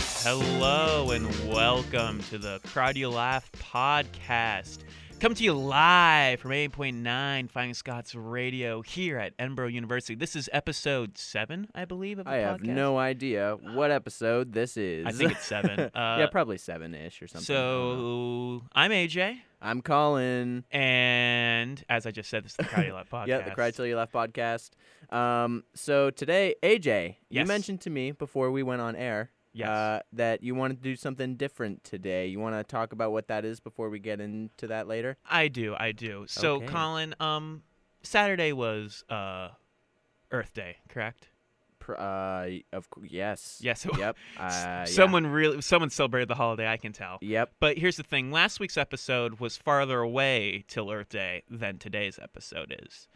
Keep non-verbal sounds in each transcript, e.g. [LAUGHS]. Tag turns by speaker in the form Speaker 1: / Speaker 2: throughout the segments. Speaker 1: Hello and welcome to the Crowd You Laugh podcast. Come to you live from 8.9 Flying Scots Radio here at Edinburgh University. This is episode seven, I believe, of the
Speaker 2: I have
Speaker 1: podcast.
Speaker 2: no idea what episode this is.
Speaker 1: I think it's seven.
Speaker 2: [LAUGHS] yeah,
Speaker 1: Uh,
Speaker 2: probably seven ish or something. I don't know.
Speaker 1: So I'm AJ,
Speaker 2: I'm calling.
Speaker 1: and as I just said, this is the Crowd You Laugh podcast.
Speaker 2: [LAUGHS] Yeah, the Cry Till You Left podcast. Um, so today, AJ, you
Speaker 1: Yes.
Speaker 2: mentioned to me before we went on air
Speaker 1: Yes.
Speaker 2: uh, that you wanted to do something different today. You want to talk about what that is before we get into that later?
Speaker 1: I do, I do. So,
Speaker 2: Okay.
Speaker 1: Colin, um, Saturday was uh, Earth Day, correct?
Speaker 2: Pr- uh, y- of cou- yes.
Speaker 1: Yes. [LAUGHS] it was.
Speaker 2: Yep.
Speaker 1: S-
Speaker 2: Uh,
Speaker 1: someone really someone celebrated the holiday i can tell
Speaker 2: Yeah. Yep.
Speaker 1: but here's the thing last week's episode was farther away till earth day than today's episode is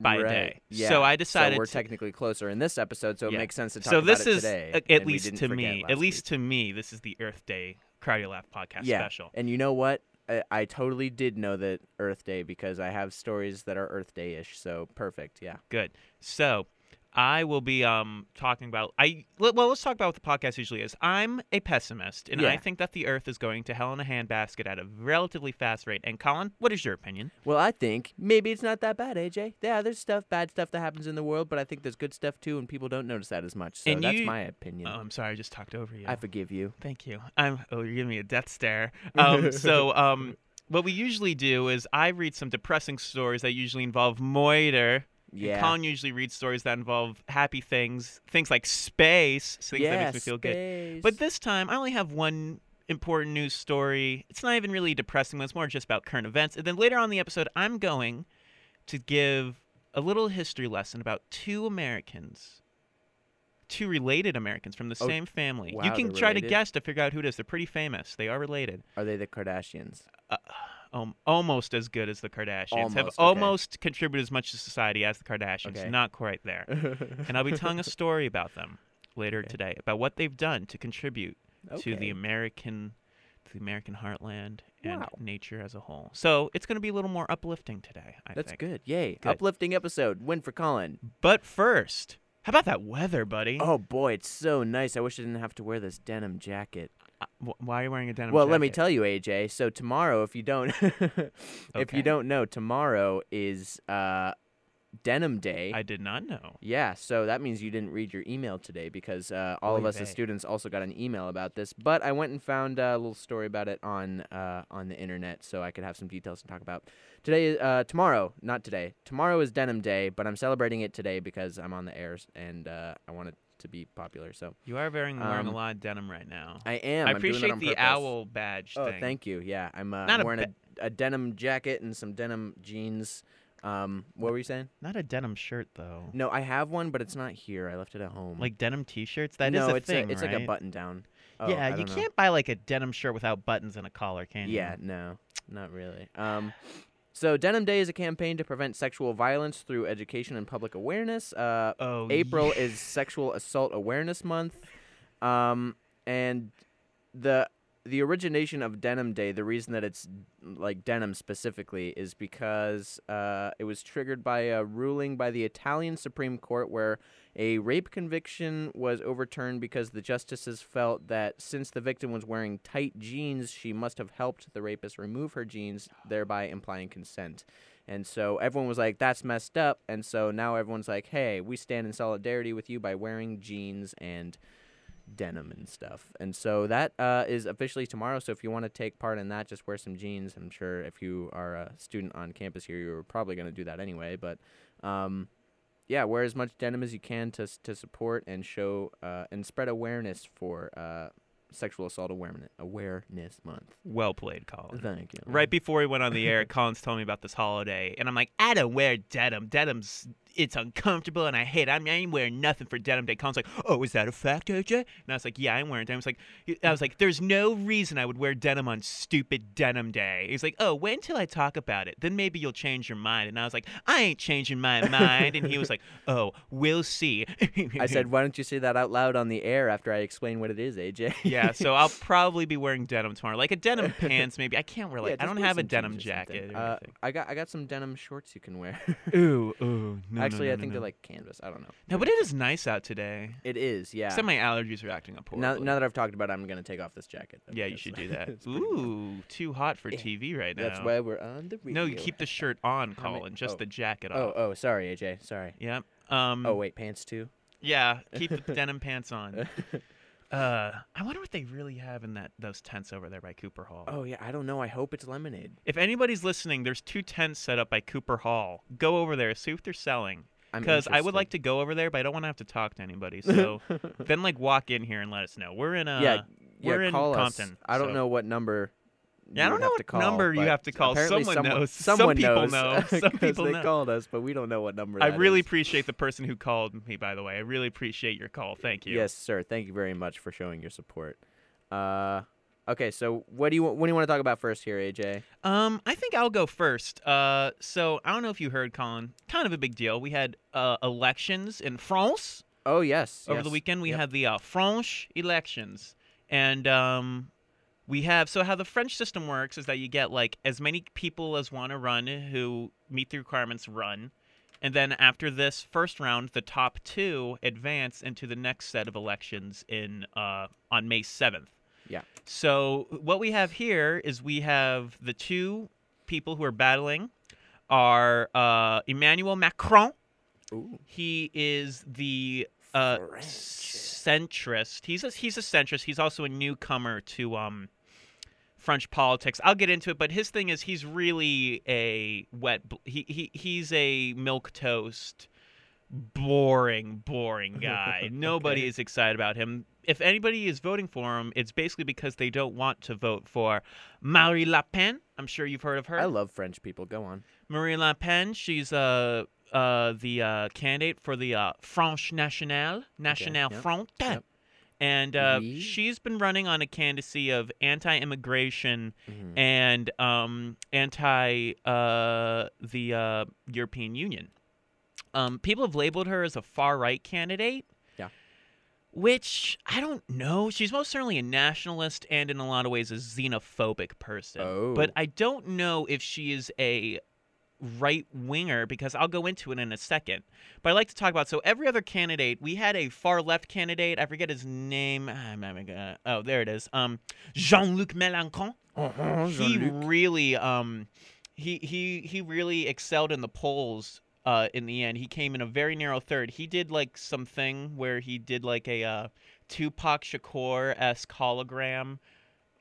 Speaker 1: by a
Speaker 2: right.
Speaker 1: day
Speaker 2: Yeah.
Speaker 1: so i decided
Speaker 2: we're
Speaker 1: to-
Speaker 2: technically closer in this episode, so it
Speaker 1: Yeah.
Speaker 2: makes sense to talk
Speaker 1: so
Speaker 2: about
Speaker 1: this
Speaker 2: it
Speaker 1: is
Speaker 2: today.
Speaker 1: a-
Speaker 2: and we
Speaker 1: at least
Speaker 2: didn't
Speaker 1: to
Speaker 2: forget
Speaker 1: me at
Speaker 2: last week.
Speaker 1: least to me this is the earth day crowd your laugh podcast
Speaker 2: yeah.
Speaker 1: special
Speaker 2: And you know what? I, I totally did know that Earth Day because I have stories that are Earth Day ish. So perfect. Yeah.
Speaker 1: good so i will be um talking about i let- well let's talk about what the podcast usually is i'm a pessimist and i
Speaker 2: Yeah.
Speaker 1: think that the earth is going to hell in a handbasket at a relatively fast rate and colin what is your opinion
Speaker 2: Well, I think maybe it's not that bad, AJ. Yeah, there's stuff, bad stuff that happens in the world, but I think there's good stuff too, and people don't notice that as much. So
Speaker 1: And
Speaker 2: that's
Speaker 1: you-
Speaker 2: my opinion.
Speaker 1: oh i'm sorry i just talked over you
Speaker 2: I forgive you.
Speaker 1: Thank you. I'm. Oh, you're giving me a death stare. Um, so, um, what we usually do is I read some depressing stories that usually involve moiter. and
Speaker 2: Yeah.
Speaker 1: Colin usually reads stories that involve happy things, things like space, things
Speaker 2: yeah,
Speaker 1: that makes me feel good.
Speaker 2: space.
Speaker 1: But this time, I only have one important news story. It's not even really a depressing. one. It's more just about current events. And then later on in the episode, I'm going to give a little history lesson about two Americans, two related Americans from the
Speaker 2: Oh,
Speaker 1: same family. you
Speaker 2: wow,
Speaker 1: can
Speaker 2: they're
Speaker 1: try to
Speaker 2: related?
Speaker 1: guess to figure out who it is. They're pretty famous. They are related.
Speaker 2: are they the Kardashians?
Speaker 1: Um, almost as good as the Kardashians. Have
Speaker 2: Almost, okay.
Speaker 1: almost contributed as much to society as the Kardashians.
Speaker 2: Okay.
Speaker 1: Not quite there. and I'll be
Speaker 2: [LAUGHS]
Speaker 1: telling a story about them later today about what they've done to contribute to the
Speaker 2: Okay.
Speaker 1: American to the American heartland and
Speaker 2: Wow.
Speaker 1: nature as a whole. So it's going to be a little more uplifting today, I
Speaker 2: That's
Speaker 1: think.
Speaker 2: good. Yay.
Speaker 1: Good.
Speaker 2: Uplifting episode. Win for Colin.
Speaker 1: But first, how about that weather, buddy?
Speaker 2: Oh, boy. It's so nice. I wish I didn't have to wear this denim jacket.
Speaker 1: Uh, wh- Why are you wearing a denim
Speaker 2: well, let me
Speaker 1: jacket?
Speaker 2: tell you, AJ. So tomorrow, if you don't, [LAUGHS] if
Speaker 1: Okay.
Speaker 2: you don't know, tomorrow is uh, Denim Day.
Speaker 1: I did not know.
Speaker 2: yeah, so that means you didn't read your email today because uh, all of
Speaker 1: Oy
Speaker 2: us
Speaker 1: vey.
Speaker 2: as students also got an email about this. But I went and found uh, a little story about it on uh, on the internet, so I could have some details to talk about today. Uh, tomorrow, not today. Tomorrow is Denim Day, but I'm celebrating it today because I'm on the airs and uh, I want it to be popular. So
Speaker 1: You are wearing, wearing a
Speaker 2: Um,
Speaker 1: lot of denim right now.
Speaker 2: I am.
Speaker 1: I
Speaker 2: I'm doing it
Speaker 1: appreciate
Speaker 2: on
Speaker 1: the
Speaker 2: purpose.
Speaker 1: owl badge
Speaker 2: Oh,
Speaker 1: thing.
Speaker 2: thank you. Yeah, I'm, uh,
Speaker 1: Not
Speaker 2: I'm
Speaker 1: a
Speaker 2: wearing a, a denim jacket and some denim jeans. Um, what were you saying?
Speaker 1: Not a denim shirt though.
Speaker 2: No, I have one, but it's not here. I left it at home.
Speaker 1: Like denim t-shirts. That is
Speaker 2: no,
Speaker 1: a
Speaker 2: it's
Speaker 1: thing,
Speaker 2: a, it's like a
Speaker 1: right?
Speaker 2: button down. Oh, I
Speaker 1: yeah, you
Speaker 2: don't know.
Speaker 1: can't buy like a denim shirt without buttons and a collar, can you?
Speaker 2: Yeah, no, not really. Um, so Denim Day is a campaign to prevent sexual violence through education and public awareness. Uh,
Speaker 1: Oh,
Speaker 2: April is Sexual Assault Awareness Month, um, and the the origination of Denim Day. The reason that it's like denim specifically is because uh, it was triggered by a ruling by the Italian Supreme Court where a rape conviction was overturned because the justices felt that since the victim was wearing tight jeans, she must have helped the rapist remove her jeans, thereby implying consent. And so everyone was like, that's messed up. And so now everyone's like, hey, we stand in solidarity with you by wearing jeans and denim and stuff. And so that uh, is officially tomorrow. So if you want to take part in that, just wear some jeans. I'm sure if you are a student on campus here, you're probably going to do that anyway. But um, yeah, wear as much denim as you can to, s- to support and show uh, and spread awareness for uh, Sexual Assault Awareness, awareness Month.
Speaker 1: well played, Colin.
Speaker 2: Thank you.
Speaker 1: Right before we went on
Speaker 2: [LAUGHS]
Speaker 1: the air, Colin's telling me about this holiday, and I'm like, I don't wear denim. Denim's it's uncomfortable, and I hate. It. I mean, I ain't wearing nothing for denim day. Colin's like, Oh, is that a fact, AJ? And I was like, Yeah, I'm wearing denim. It's like, I was like, There's no reason I would wear denim on stupid denim day. He's like, Oh, wait until I talk about it, then maybe you'll change your mind. And I was like, I ain't changing
Speaker 2: [LAUGHS]
Speaker 1: my mind. And he was like, Oh, we'll see.
Speaker 2: I said, why don't you say that out loud on the air after I explain what it is, AJ?
Speaker 1: [LAUGHS] yeah, so I'll probably be wearing denim tomorrow, like a
Speaker 2: [LAUGHS]
Speaker 1: denim pants maybe. I can't wear like
Speaker 2: Yeah,
Speaker 1: I
Speaker 2: just
Speaker 1: don't
Speaker 2: wear
Speaker 1: have a
Speaker 2: some
Speaker 1: denim
Speaker 2: jeans or something.
Speaker 1: jacket. Or
Speaker 2: Uh,
Speaker 1: anything. [LAUGHS]
Speaker 2: I got I got some denim shorts you can wear.
Speaker 1: Ooh, ooh,
Speaker 2: I Actually,
Speaker 1: no,
Speaker 2: I
Speaker 1: no, no.
Speaker 2: think they're like canvas. I don't know.
Speaker 1: No, but it is nice out today.
Speaker 2: It is, yeah.
Speaker 1: Except my allergies are acting up
Speaker 2: Now,
Speaker 1: horribly.
Speaker 2: now that I've talked about it, I'm going to take off this jacket. though,
Speaker 1: yeah, you
Speaker 2: because
Speaker 1: should
Speaker 2: [LAUGHS]
Speaker 1: do that.
Speaker 2: it's pretty warm.
Speaker 1: Ooh, too hot for TV right now.
Speaker 2: That's why we're on the radio.
Speaker 1: No, you keep the
Speaker 2: [LAUGHS]
Speaker 1: shirt on,
Speaker 2: How many-
Speaker 1: Colin. Just
Speaker 2: oh.
Speaker 1: the jacket
Speaker 2: Oh,
Speaker 1: off.
Speaker 2: oh, sorry, AJ. Sorry.
Speaker 1: Yep. Um,
Speaker 2: Oh, wait, pants too?
Speaker 1: Yeah, keep
Speaker 2: [LAUGHS]
Speaker 1: the denim pants on. Uh, I wonder what they really have in that those tents over there by Cooper Hall.
Speaker 2: oh, yeah, I don't know. I hope it's lemonade.
Speaker 1: If anybody's listening, there's two tents set up by Cooper Hall. Go over there, see what they're selling.
Speaker 2: I'm
Speaker 1: Because I would like
Speaker 2: interested.
Speaker 1: to go over there, but I don't want to have to talk to anybody.
Speaker 2: [LAUGHS]
Speaker 1: So then, like, walk in here and let us know. We're in uh,
Speaker 2: yeah,
Speaker 1: we're
Speaker 2: yeah,
Speaker 1: in
Speaker 2: call
Speaker 1: Compton.
Speaker 2: us. I don't
Speaker 1: so-
Speaker 2: know what number.
Speaker 1: Yeah, I
Speaker 2: you
Speaker 1: don't
Speaker 2: would
Speaker 1: know
Speaker 2: have
Speaker 1: what
Speaker 2: to call,
Speaker 1: number you
Speaker 2: but
Speaker 1: have to call.
Speaker 2: apparently
Speaker 1: Someone
Speaker 2: someone [LAUGHS]
Speaker 1: knows. Some
Speaker 2: Someone
Speaker 1: people
Speaker 2: knows, [LAUGHS]
Speaker 1: know. Some
Speaker 2: 'cause
Speaker 1: people
Speaker 2: they
Speaker 1: know.
Speaker 2: called us, but we don't know what number.
Speaker 1: I
Speaker 2: that
Speaker 1: really
Speaker 2: is.
Speaker 1: appreciate the person who called me, by the way. I really appreciate your call. Thank you.
Speaker 2: Yes, sir. Thank you very much for showing your support. Uh, okay, so what do you what do you want to talk about first here, AJ?
Speaker 1: Um, I think I'll go first. Uh, so I don't know if you heard, Colin. Kind of a big deal. We had uh, elections in France
Speaker 2: Oh yes,
Speaker 1: over the
Speaker 2: yes.
Speaker 1: weekend. We
Speaker 2: Yep.
Speaker 1: had the uh, French elections, and um, we have so how the French system works is that you get like as many people as want to run who meet the requirements run, and then after this first round, the top two advance into the next set of elections in uh, on May seventh.
Speaker 2: Yeah.
Speaker 1: So what we have here is we have the two people who are battling are uh, Emmanuel Macron.
Speaker 2: Ooh,
Speaker 1: He is the uh,
Speaker 2: French.
Speaker 1: centrist. He's a, he's a centrist. He's also a newcomer to um, French politics. I'll get into it, but his thing is he's really a wet. bl- He he he's a milk toast, boring, boring guy. Nobody
Speaker 2: Okay.
Speaker 1: is excited about him. If anybody is voting for him, it's basically because they don't want to vote for Marie Le Pen. I'm sure you've heard of her.
Speaker 2: I love French people. Go on.
Speaker 1: Marie Le Pen. She's uh, uh, the uh, candidate for the uh, Franche Nationale, Nationale
Speaker 2: yep,
Speaker 1: Front.
Speaker 2: yep. Mm-hmm.
Speaker 1: And uh,
Speaker 2: Oui.
Speaker 1: she's been running on a candidacy of anti immigration
Speaker 2: Mhm.
Speaker 1: and um, anti uh, the uh, European Union. Um, people have labeled her as a far right candidate.
Speaker 2: Yeah.
Speaker 1: Which I don't know. She's most certainly a nationalist and, in a lot of ways, a xenophobic person. But
Speaker 2: Oh.
Speaker 1: I don't know if she is a right winger because I'll go into it in a second. But I like to talk about so every other candidate. We had a far left candidate. I forget his name. I'm not even gonna- oh, there it is. Um, Jean-Luc Mélenchon [LAUGHS]
Speaker 2: Uh-huh,
Speaker 1: he
Speaker 2: Jean-Luc.
Speaker 1: really um he he he really excelled in the polls uh in the end he came in a very narrow third he did like something where he did like a uh tupac shakur-esque hologram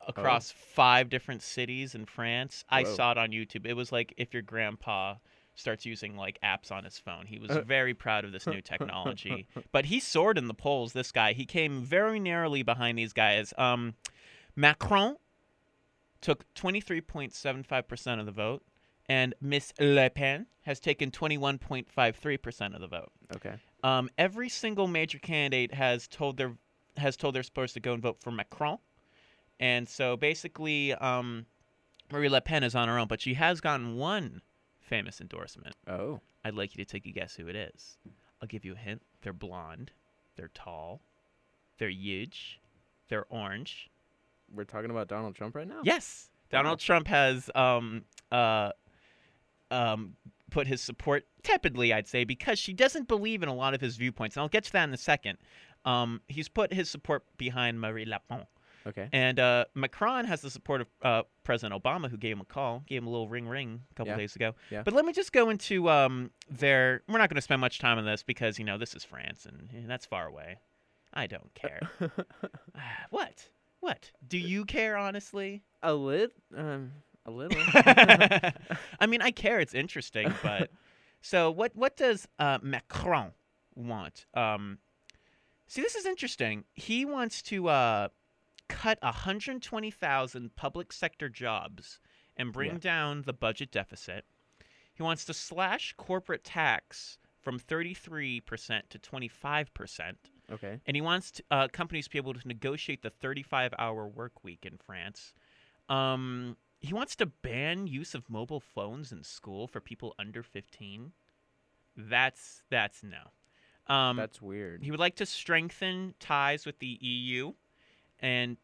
Speaker 1: across five different cities in france i
Speaker 2: Whoa.
Speaker 1: saw it on youtube it was like if your grandpa starts using like apps on his phone he was
Speaker 2: Uh.
Speaker 1: very proud of this new technology
Speaker 2: [LAUGHS]
Speaker 1: but he soared in the polls this guy he came very narrowly behind these guys um Macron took 23.75% of the vote, and Miss Le Pen has taken 21.53% of the vote.
Speaker 2: Okay.
Speaker 1: Um, every single major candidate has told their has told they're supposed to go and vote for Macron, and so basically, um, Marie Le Pen is on her own, but she has gotten one famous endorsement.
Speaker 2: Oh.
Speaker 1: I'd like you to take a guess who it is. I'll give you a hint. They're blonde. They're tall. They're huge. They're orange.
Speaker 2: We're talking about Donald Trump right [LAUGHS] now?
Speaker 1: Yes. Donald Trump has um uh um put his support tepidly, I'd say, because she doesn't believe in a lot of his viewpoints. And I'll get to that in a second. Um, he's put his support behind Marie Le Pen. [LAUGHS]
Speaker 2: Okay. [LAUGHS]
Speaker 1: And uh, Macron has the support of uh, President Obama, who gave him a call, gave him a little ring ring a couple
Speaker 2: Yeah.
Speaker 1: days ago.
Speaker 2: Yeah.
Speaker 1: But let me just go into um, their. We're not going to spend much time on this because, you know, this is France and, and that's far away. I don't
Speaker 2: [LAUGHS]
Speaker 1: care. Ah, what? What? Do you care, honestly?
Speaker 2: a lit um a little.
Speaker 1: [LAUGHS]
Speaker 2: [LAUGHS]
Speaker 1: I mean, I care. It's interesting, but so what? What does uh, Macron want? Um, see, this is interesting. He wants to uh, cut 120,000 public sector jobs and bring
Speaker 2: Yeah.
Speaker 1: down the budget deficit. He wants to slash corporate tax from 33% to 25%.
Speaker 2: okay.
Speaker 1: And he wants to, uh, companies to be able to negotiate the 35 hour work week in France. Um, he wants to ban use of mobile phones in school for people under 15. That's that's no. Um,
Speaker 2: That's weird.
Speaker 1: he would like to strengthen ties with the EU E and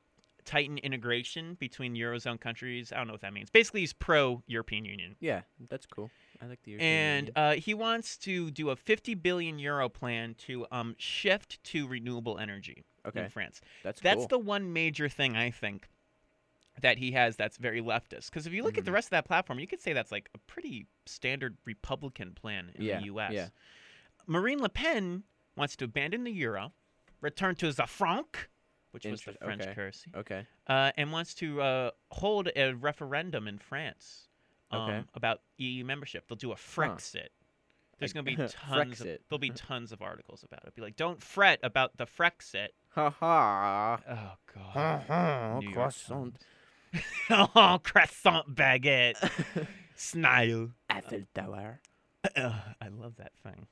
Speaker 1: tighten integration between Eurozone countries. I don't know what that means. Basically, he's pro European Union.
Speaker 2: Yeah, that's cool. I like the European
Speaker 1: And
Speaker 2: Union.
Speaker 1: uh, he wants to do a 50 billion euro plan to um, shift to renewable energy in
Speaker 2: okay,
Speaker 1: France.
Speaker 2: that's
Speaker 1: uh, That's
Speaker 2: cool.
Speaker 1: the one major thing I think that he has that's very leftist. Because if you look at the
Speaker 2: Mhm.
Speaker 1: rest of that platform, you could say that's like a pretty standard Republican plan in
Speaker 2: Yeah,
Speaker 1: the U.S.
Speaker 2: yeah.
Speaker 1: Marine Le Pen wants to abandon the euro, return to the franc, which was the
Speaker 2: Interest-
Speaker 1: French
Speaker 2: okay. Oh.
Speaker 1: currency, [LAUGHS]
Speaker 2: okay.
Speaker 1: uh, and wants to uh, hold a referendum in France um,
Speaker 2: Okay.
Speaker 1: about EU membership. They'll do a Frexit. There's
Speaker 2: Like,
Speaker 1: going to
Speaker 2: [LAUGHS]
Speaker 1: be tons. Of,
Speaker 2: Frexit.
Speaker 1: there'll be tons of articles about it. Be like, don't fret about the Frexit.
Speaker 2: Ha [LAUGHS] ha.
Speaker 1: Oh God.
Speaker 2: Ha ha.
Speaker 1: New York
Speaker 2: Uh-huh, Croissant.
Speaker 1: [LAUGHS] oh, croissant baguette.
Speaker 2: [LAUGHS]
Speaker 1: Snail.
Speaker 2: Eiffel Tower.
Speaker 1: Uh, I love that thing.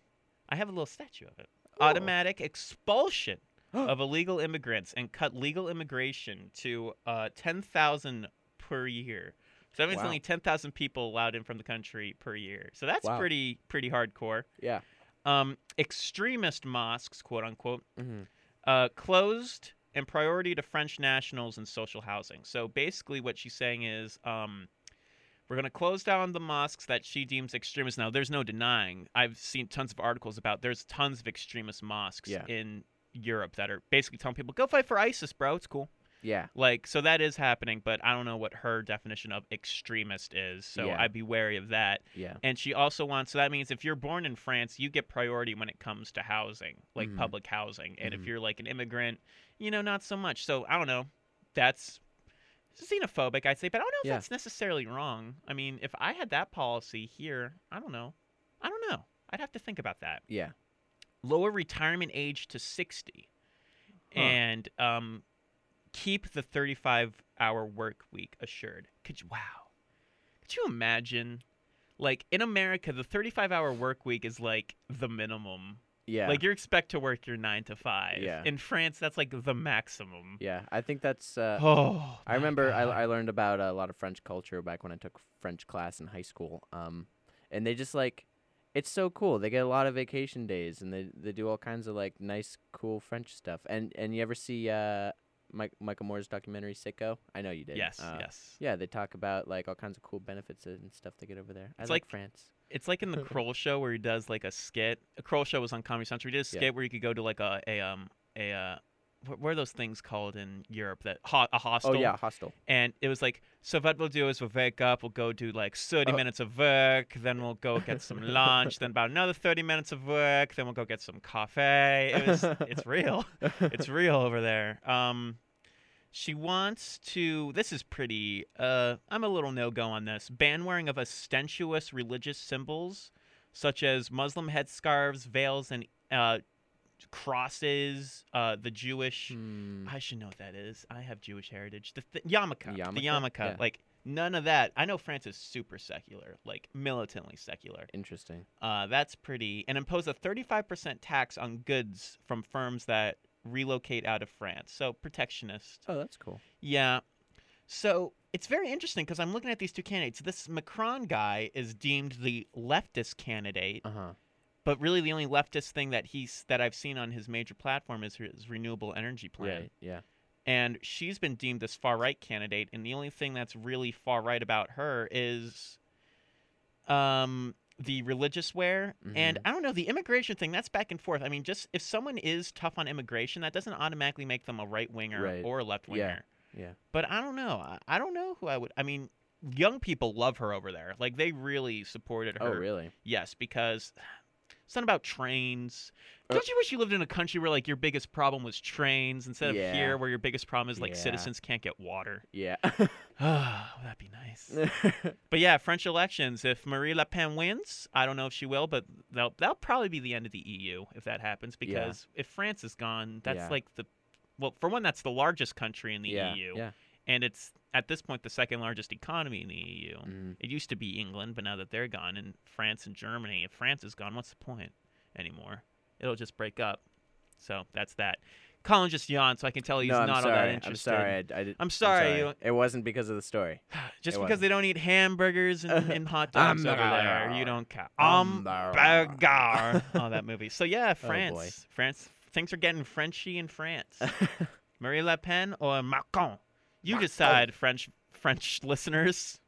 Speaker 1: I have a little statue of it.
Speaker 2: Oh.
Speaker 1: Automatic
Speaker 2: [GASPS]
Speaker 1: expulsion of illegal immigrants and cut legal immigration to uh, 10,000 per year. So that means
Speaker 2: Wow.
Speaker 1: only 10,000 people allowed in from the country per year. So that's
Speaker 2: Wow.
Speaker 1: pretty pretty hardcore.
Speaker 2: Yeah.
Speaker 1: Um, extremist mosques, quote unquote,
Speaker 2: Mhm.
Speaker 1: uh, closed and priority to French nationals and social housing. So basically, what she's saying is, um, we're going to close down the mosques that she deems extremist. Now, there's no denying. I've seen tons of articles about. There's tons of extremist mosques
Speaker 2: Yeah.
Speaker 1: in Europe that are basically telling people, "Go fight for ISIS, bro. It's cool."
Speaker 2: Yeah.
Speaker 1: Like, so that is happening, but I don't know what her definition of extremist is. So
Speaker 2: Yeah.
Speaker 1: I'd be wary of that.
Speaker 2: Yeah.
Speaker 1: And she also wants so that means if you're born in France, you get priority when it comes to housing, like
Speaker 2: Mhm.
Speaker 1: public housing. And
Speaker 2: Mhm.
Speaker 1: if you're like an immigrant, you know, not so much. So I don't know. That's xenophobic, I'd say, but I don't know if
Speaker 2: Yeah.
Speaker 1: that's necessarily wrong. I mean, if I had that policy here, I don't know. I don't know. I'd have to think about that.
Speaker 2: Yeah.
Speaker 1: Lower retirement age to 60
Speaker 2: Huh.
Speaker 1: and um, keep the 35 hour work week assured. Could you, wow. Could you imagine? Like in America, the 35 hour work week is like the minimum.
Speaker 2: Yeah.
Speaker 1: Like you're expect to work your nine to five.
Speaker 2: Yeah.
Speaker 1: In France, that's like the maximum.
Speaker 2: yeah. I think that's. Uh,
Speaker 1: Oh.
Speaker 2: I
Speaker 1: my
Speaker 2: remember I,
Speaker 1: God.
Speaker 2: I learned about a lot of French culture back when I took French class in high school. Um, and they just like, it's so cool. They get a lot of vacation days, and they, they do all kinds of like nice, cool French stuff. And and you ever see uh, Mike, Michael Moore's documentary Sicko? I know you did.
Speaker 1: Yes.
Speaker 2: Uh,
Speaker 1: yes.
Speaker 2: Yeah, they talk about like all kinds of cool benefits and stuff they get over there. I
Speaker 1: It's
Speaker 2: like,
Speaker 1: like-
Speaker 2: France.
Speaker 1: It's like
Speaker 2: [LAUGHS]
Speaker 1: in the Kroll show where he does like a skit. Kroll show was on Comedy Central. He did a
Speaker 2: Yeah.
Speaker 1: skit where you could go to like a a um a uh, what, what are those things called in Europe that ho- a hostel?
Speaker 2: Oh yeah, hostel. [LAUGHS]
Speaker 1: and it was like so what we'll do is we'll wake up we'll go do like 30
Speaker 2: Oh.
Speaker 1: minutes of work then we'll go get
Speaker 2: [LAUGHS]
Speaker 1: some lunch then about another 30 minutes of work then we'll go get some coffee it was,
Speaker 2: [LAUGHS]
Speaker 1: it's real it's real over there um she wants to this is pretty uh i'm a little no-go on this ban wearing of ostensious religious symbols such as muslim headscarves veils and uh crosses uh the jewish
Speaker 2: Hmm.
Speaker 1: I should know what that is. I have Jewish heritage. The th- yarmulke,
Speaker 2: The
Speaker 1: the
Speaker 2: yarmulke?
Speaker 1: yarmulke,
Speaker 2: Yeah.
Speaker 1: like none of that. I know France is super secular, like militantly secular.
Speaker 2: Interesting.
Speaker 1: Uh, that's pretty. And impose a 35% tax on goods from firms that relocate out of France. So protectionist.
Speaker 2: Oh, that's cool.
Speaker 1: Yeah. So it's very interesting because I'm looking at these two candidates. This Macron guy is deemed the leftist candidate,
Speaker 2: Uh huh.
Speaker 1: but really the only leftist thing that he's that I've seen on his major platform is his renewable energy plan
Speaker 2: Right. Yeah.
Speaker 1: and she's been deemed this far right candidate and the only thing that's really far right about her is um the religious wear and
Speaker 2: Mm-hmm.
Speaker 1: i don't know the immigration thing that's back and forth i mean just if someone is tough on immigration that doesn't automatically make them a right winger
Speaker 2: Right.
Speaker 1: or a left winger
Speaker 2: yeah.
Speaker 1: but i don't know I, I don't know who i would i mean young people love her over there like they really supported her
Speaker 2: Oh, really?
Speaker 1: Yes, because it's not about trains.
Speaker 2: Uh,
Speaker 1: Don't you wish you lived in a country where like your biggest problem was trains instead of
Speaker 2: Yeah.
Speaker 1: here where your biggest problem is like
Speaker 2: Yeah.
Speaker 1: citizens can't get
Speaker 2: [SIGHS]
Speaker 1: water? [LAUGHS]
Speaker 2: Yeah.
Speaker 1: Ah, would that be nice? but yeah, French elections. If Marie Le Pen wins, I don't know if she will, but that'll that'll probably be the end of the EU if that happens because if France is gone, that's
Speaker 2: Yeah.
Speaker 1: like the well, for one, that's the largest country in the
Speaker 2: yeah.
Speaker 1: EU,
Speaker 2: Yeah.
Speaker 1: and it's at this point the second largest economy in the E EU.
Speaker 2: Mm.
Speaker 1: It used to be England, but now that they're gone, and France and Germany, if France is gone, what's the point anymore? It'll just break up. So that's that. Colin just yawned, so I can tell he's
Speaker 2: no, I'm
Speaker 1: not
Speaker 2: sorry.
Speaker 1: all that interested.
Speaker 2: I'm sorry. I, I did,
Speaker 1: I'm sorry, you-
Speaker 2: It wasn't because of the story.
Speaker 1: Just
Speaker 2: It
Speaker 1: because
Speaker 2: wasn't.
Speaker 1: they don't eat hamburgers and,
Speaker 2: [LAUGHS]
Speaker 1: and hot
Speaker 2: I'm
Speaker 1: dogs over there,
Speaker 2: sorry.
Speaker 1: you don't count.
Speaker 2: I'm
Speaker 1: Um,
Speaker 2: sorry. [LAUGHS]
Speaker 1: burger. Oh, that movie. So yeah, France,
Speaker 2: boy. [LAUGHS]
Speaker 1: France, things are getting Frenchy in France. Marie Le Pen or Macron. You decide, French French listeners.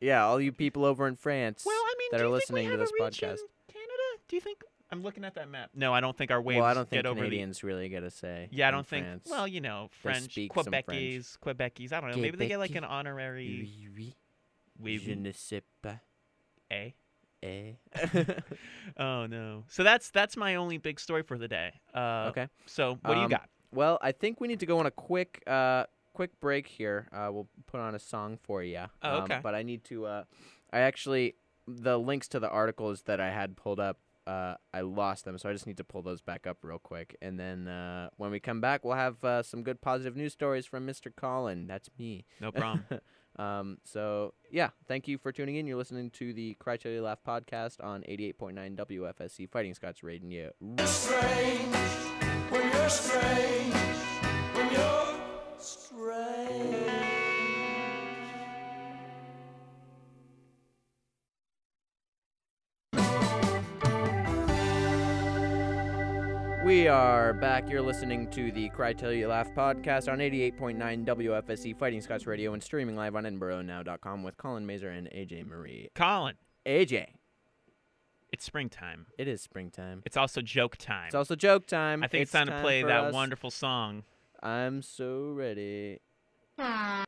Speaker 2: Yeah, all you people over in France
Speaker 1: Well, I mean,
Speaker 2: that
Speaker 1: do
Speaker 2: are
Speaker 1: you
Speaker 2: listening
Speaker 1: think we have
Speaker 2: to this
Speaker 1: a reach
Speaker 2: podcast.
Speaker 1: in Canada? Do you think I'm looking at that map? No, I don't think our waves
Speaker 2: Well, I don't think
Speaker 1: get over
Speaker 2: Canadians really get a say.
Speaker 1: the. Yeah, I
Speaker 2: in
Speaker 1: don't think.
Speaker 2: France.
Speaker 1: Well, you know,
Speaker 2: They
Speaker 1: French,
Speaker 2: speak some French.
Speaker 1: Quebecese, Quebecese. I don't know. Maybe they get like an
Speaker 2: Quebecis.
Speaker 1: honorary
Speaker 2: Oui, oui, je
Speaker 1: wave
Speaker 2: ne sais pas.
Speaker 1: A.
Speaker 2: Eh.
Speaker 1: Oh no. So that's that's my only big story for the day. Uh,
Speaker 2: [LAUGHS] okay.
Speaker 1: So what do you
Speaker 2: Um,
Speaker 1: got?
Speaker 2: Well, I think we need to go on a quick, uh, quick break here. Uh, we'll put on a song for you.
Speaker 1: Oh, okay.
Speaker 2: but I need to. Uh, I actually, the links to the articles that I had pulled up, uh, I lost them, so I just need to pull those back up real quick. And then uh, when we come back, we'll have uh, some good positive news stories from Mr. Colin. That's me.
Speaker 1: No
Speaker 2: [LAUGHS]
Speaker 1: problem.
Speaker 2: Um, so yeah, thank you for tuning in. You're listening to the Cry Till You Laugh podcast on 88.9 WFSC Fighting Scots Radio.
Speaker 3: strange when you're strange when you're strange
Speaker 2: We are back. You're listening to the Cry Till You Laugh podcast on 88.9 WFSC E, Fighting Scots Radio and streaming live on EdinburghNow.com with Colin Mazer and AJ Marie.
Speaker 1: Colin,
Speaker 2: AJ,
Speaker 1: it's springtime.
Speaker 2: it is springtime.
Speaker 1: It's also joke time.
Speaker 2: It's also joke time.
Speaker 1: I think it's, time to play
Speaker 2: for
Speaker 1: that
Speaker 2: us.
Speaker 1: wonderful song.
Speaker 2: I'm so ready.
Speaker 1: Oh,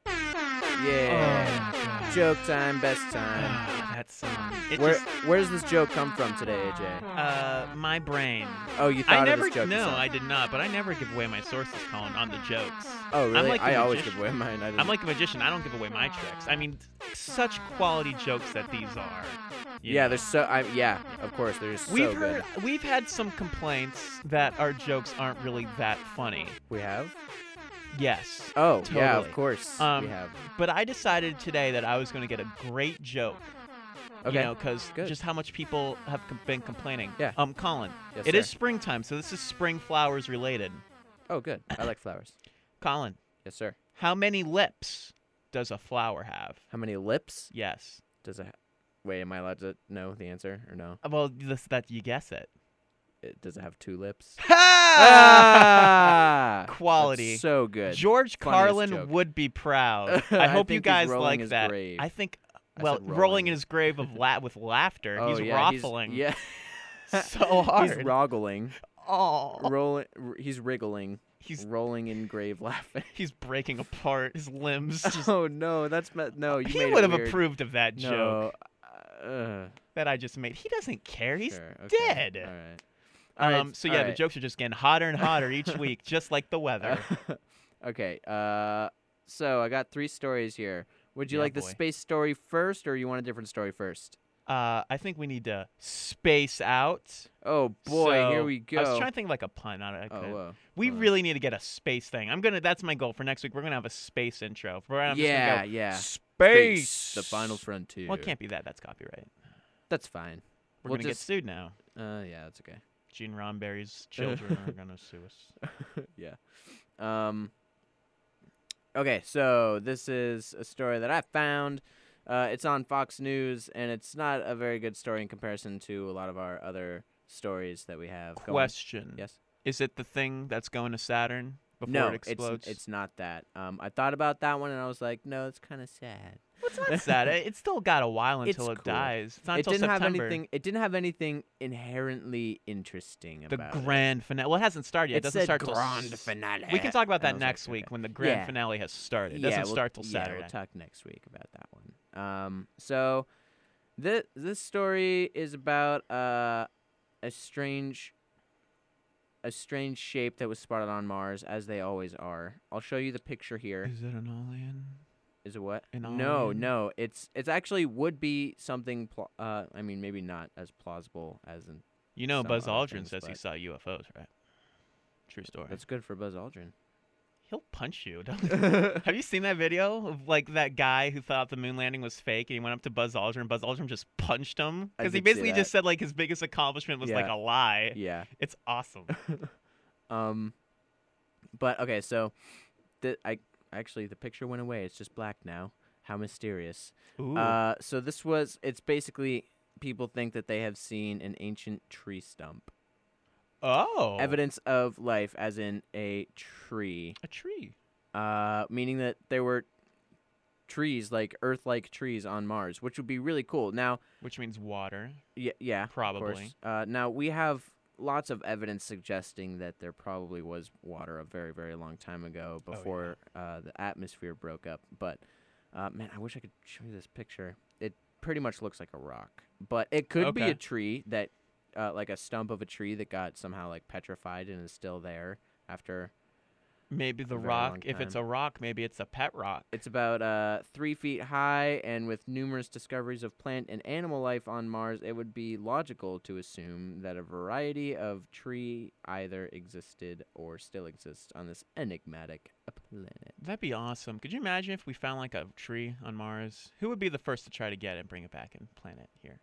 Speaker 2: Yeah. Joke time, best time.
Speaker 1: that song. [SIGHS] It
Speaker 2: Where
Speaker 1: just,
Speaker 2: where does this joke come from today, AJ?
Speaker 1: uh, my brain.
Speaker 2: Oh, you thought
Speaker 1: I never.
Speaker 2: of this joke
Speaker 1: No,
Speaker 2: yourself.
Speaker 1: I did not. But I never give away my sources, Colin, on the jokes.
Speaker 2: Oh, really?
Speaker 1: like a
Speaker 2: I always
Speaker 1: magician.
Speaker 2: give away mine. I
Speaker 1: I'm like a magician. I don't give away my tricks. I mean, such quality jokes that these are. you
Speaker 2: yeah,
Speaker 1: know.
Speaker 2: there's so I yeah, of course there's
Speaker 1: We've
Speaker 2: so
Speaker 1: heard,
Speaker 2: good.
Speaker 1: we've had some complaints that our jokes aren't really that funny.
Speaker 2: We have?
Speaker 1: Yes.
Speaker 2: Oh, yeah,
Speaker 1: Totally.
Speaker 2: of course.
Speaker 1: Um,
Speaker 2: we have.
Speaker 1: But I decided today that I was going to get a great joke.
Speaker 2: Okay.
Speaker 1: You know, because
Speaker 2: Good.
Speaker 1: just how much people have com- been complaining.
Speaker 2: Yeah.
Speaker 1: Um, Colin,
Speaker 2: Yes,
Speaker 1: it is
Speaker 2: sir.
Speaker 1: springtime, so this is spring flowers related.
Speaker 2: Oh, good. I like flowers.
Speaker 1: Colin,
Speaker 2: Yes, sir.
Speaker 1: how many lips does a flower have?
Speaker 2: How many lips
Speaker 1: Yes.
Speaker 2: does it? Ha- Wait, am I allowed to know the answer or no?
Speaker 1: Uh, Well, this, that you guess
Speaker 2: [LAUGHS]
Speaker 1: it.
Speaker 2: It, does it have two lips?
Speaker 1: Ah! [LAUGHS]
Speaker 2: That's
Speaker 1: Quality.
Speaker 2: so good.
Speaker 1: George
Speaker 2: Funniest
Speaker 1: Carlin
Speaker 2: joke.
Speaker 1: would be proud.
Speaker 2: [LAUGHS] I
Speaker 1: I hope you
Speaker 2: think he's
Speaker 1: guys
Speaker 2: rolling
Speaker 1: like
Speaker 2: his
Speaker 1: that.
Speaker 2: grave.
Speaker 1: I think,
Speaker 2: I
Speaker 1: well,
Speaker 2: said
Speaker 1: rolling.
Speaker 2: rolling.
Speaker 1: in his grave of la- with laughter.
Speaker 2: oh,
Speaker 1: he's
Speaker 2: yeah, [LAUGHS]
Speaker 1: raffling
Speaker 2: He's, yeah.
Speaker 1: [LAUGHS] so
Speaker 2: He's
Speaker 1: hard.
Speaker 2: roggling.
Speaker 1: oh,
Speaker 2: Rolling. r- He's wriggling.
Speaker 1: he's
Speaker 2: rolling in grave [LAUGHS] laughing.
Speaker 1: he's breaking apart. His
Speaker 2: [LAUGHS]
Speaker 1: limbs. Just,
Speaker 2: oh no, that's me- no. You
Speaker 1: he
Speaker 2: made it
Speaker 1: would have
Speaker 2: weird.
Speaker 1: approved of that joke
Speaker 2: No. Uh,
Speaker 1: that I just made. He doesn't care. He's
Speaker 2: sure, okay,
Speaker 1: dead.
Speaker 2: All right. All right,
Speaker 1: um. So yeah,
Speaker 2: all
Speaker 1: the
Speaker 2: right.
Speaker 1: jokes are just getting hotter and hotter
Speaker 2: [LAUGHS]
Speaker 1: each week, just like the weather.
Speaker 2: Uh, okay. Uh, so I got three stories here. Would you
Speaker 1: Yeah,
Speaker 2: like the
Speaker 1: boy.
Speaker 2: space story first, or you want a different story first?
Speaker 1: Uh, I think we need to space out.
Speaker 2: Oh boy, here
Speaker 1: So-
Speaker 2: we go.
Speaker 1: I was trying to think of like a pun. I, I
Speaker 2: oh,
Speaker 1: couldn't.
Speaker 2: whoa.
Speaker 1: We
Speaker 2: hold on.
Speaker 1: really need to get a space thing. I'm gonna. That's my goal for next week. We're gonna have a space intro. We're gonna, I'm just
Speaker 2: yeah,
Speaker 1: gonna go,
Speaker 2: yeah.
Speaker 1: Space.
Speaker 2: the final frontier.
Speaker 1: Well, it can't be that. That's copyright.
Speaker 2: That's fine.
Speaker 1: We're
Speaker 2: We'll
Speaker 1: gonna
Speaker 2: just-
Speaker 1: get sued now.
Speaker 2: Uh, yeah, that's okay.
Speaker 1: Gene
Speaker 2: [LAUGHS]
Speaker 1: Romberry's children are gonna sue us.
Speaker 2: Um. Okay, so this is a story that I found. Uh, it's on Fox News, and it's not a very good story in comparison to a lot of our other stories that we have. going.
Speaker 1: Question:
Speaker 2: Yes.
Speaker 1: Is it the thing that's going to Saturn before
Speaker 2: no,
Speaker 1: it explodes?
Speaker 2: It's, it's not that. Um, I thought about that one and I was like, no, it's kind of sad.
Speaker 1: What's
Speaker 2: [LAUGHS]
Speaker 1: not Saturn? It's still got a while
Speaker 2: It's
Speaker 1: until it
Speaker 2: cool.
Speaker 1: dies. It's not
Speaker 2: it
Speaker 1: until
Speaker 2: didn't have
Speaker 1: September.
Speaker 2: anything. It didn't have anything inherently interesting
Speaker 1: the
Speaker 2: about
Speaker 1: grand finale. Well, it hasn't started
Speaker 2: it.
Speaker 1: yet.
Speaker 2: it
Speaker 1: it doesn't
Speaker 2: said
Speaker 1: start till
Speaker 2: grand
Speaker 1: s-
Speaker 2: finale.
Speaker 1: We can talk about
Speaker 2: And I
Speaker 1: that
Speaker 2: was like,
Speaker 1: next
Speaker 2: okay.
Speaker 1: week when the grand
Speaker 2: Yeah.
Speaker 1: finale has started. It
Speaker 2: yeah,
Speaker 1: doesn't
Speaker 2: we'll,
Speaker 1: start till
Speaker 2: yeah,
Speaker 1: Saturday.
Speaker 2: We'll talk next week about that one. Um, so this this story is about uh, a strange a strange shape that was spotted on Mars, as they always are. I'll show you the picture here.
Speaker 1: Is it an alien?
Speaker 2: Is it what?
Speaker 1: An
Speaker 2: no,
Speaker 1: alien?
Speaker 2: no. It's it's actually would be something. Pl- uh, I mean, maybe not as plausible as in.
Speaker 1: You know,
Speaker 2: some
Speaker 1: Buzz
Speaker 2: other
Speaker 1: Aldrin
Speaker 2: things,
Speaker 1: says he
Speaker 2: but-
Speaker 1: saw UFOs, right? True story.
Speaker 2: That's good for Buzz Aldrin.
Speaker 1: [LAUGHS] He'll punch you. [LAUGHS] don't- Have you seen that video of like that guy who thought the moon landing was fake and he went up to Buzz Aldrin and Buzz Aldrin just punched him
Speaker 2: I
Speaker 1: because he
Speaker 2: did see
Speaker 1: basically just said like his biggest accomplishment was like
Speaker 2: Yeah.
Speaker 1: a lie.
Speaker 2: yeah.
Speaker 1: It's
Speaker 2: [LAUGHS]
Speaker 1: awesome.
Speaker 2: Um, but okay, so the I actually the picture went away. It's just black now. How mysterious.
Speaker 1: Ooh.
Speaker 2: Uh, so this was. It's basically people think that they have seen an ancient tree stump,
Speaker 1: oh,
Speaker 2: evidence of life, as in a tree.
Speaker 1: a tree.
Speaker 2: Uh, meaning that there were trees, like Earth-like trees on Mars, which would be really cool. Now,
Speaker 1: which means water.
Speaker 2: yeah, yeah, of
Speaker 1: Probably.
Speaker 2: course. Uh, now we have lots of evidence suggesting that there probably was water a very, very long time ago
Speaker 1: Oh, yeah.
Speaker 2: before uh, the atmosphere broke up. But uh, man, I wish I could show you this picture. It pretty much looks like a rock, but it could be
Speaker 1: Okay.
Speaker 2: a tree that, uh, like a stump of a tree that got somehow like petrified and is still there after
Speaker 1: Maybe the
Speaker 2: very
Speaker 1: rock.
Speaker 2: long
Speaker 1: If it's
Speaker 2: time.
Speaker 1: a rock, maybe it's a pet rock.
Speaker 2: It's about uh, three feet high, and with numerous discoveries of plant and animal life on Mars, it would be logical to assume that a variety of tree either existed or still exists on this enigmatic uh, planet.
Speaker 1: That'd be awesome. Could you imagine if we found like a tree on Mars? Who would be the first to try to get it and bring it back and plant it
Speaker 2: [LAUGHS]
Speaker 1: here?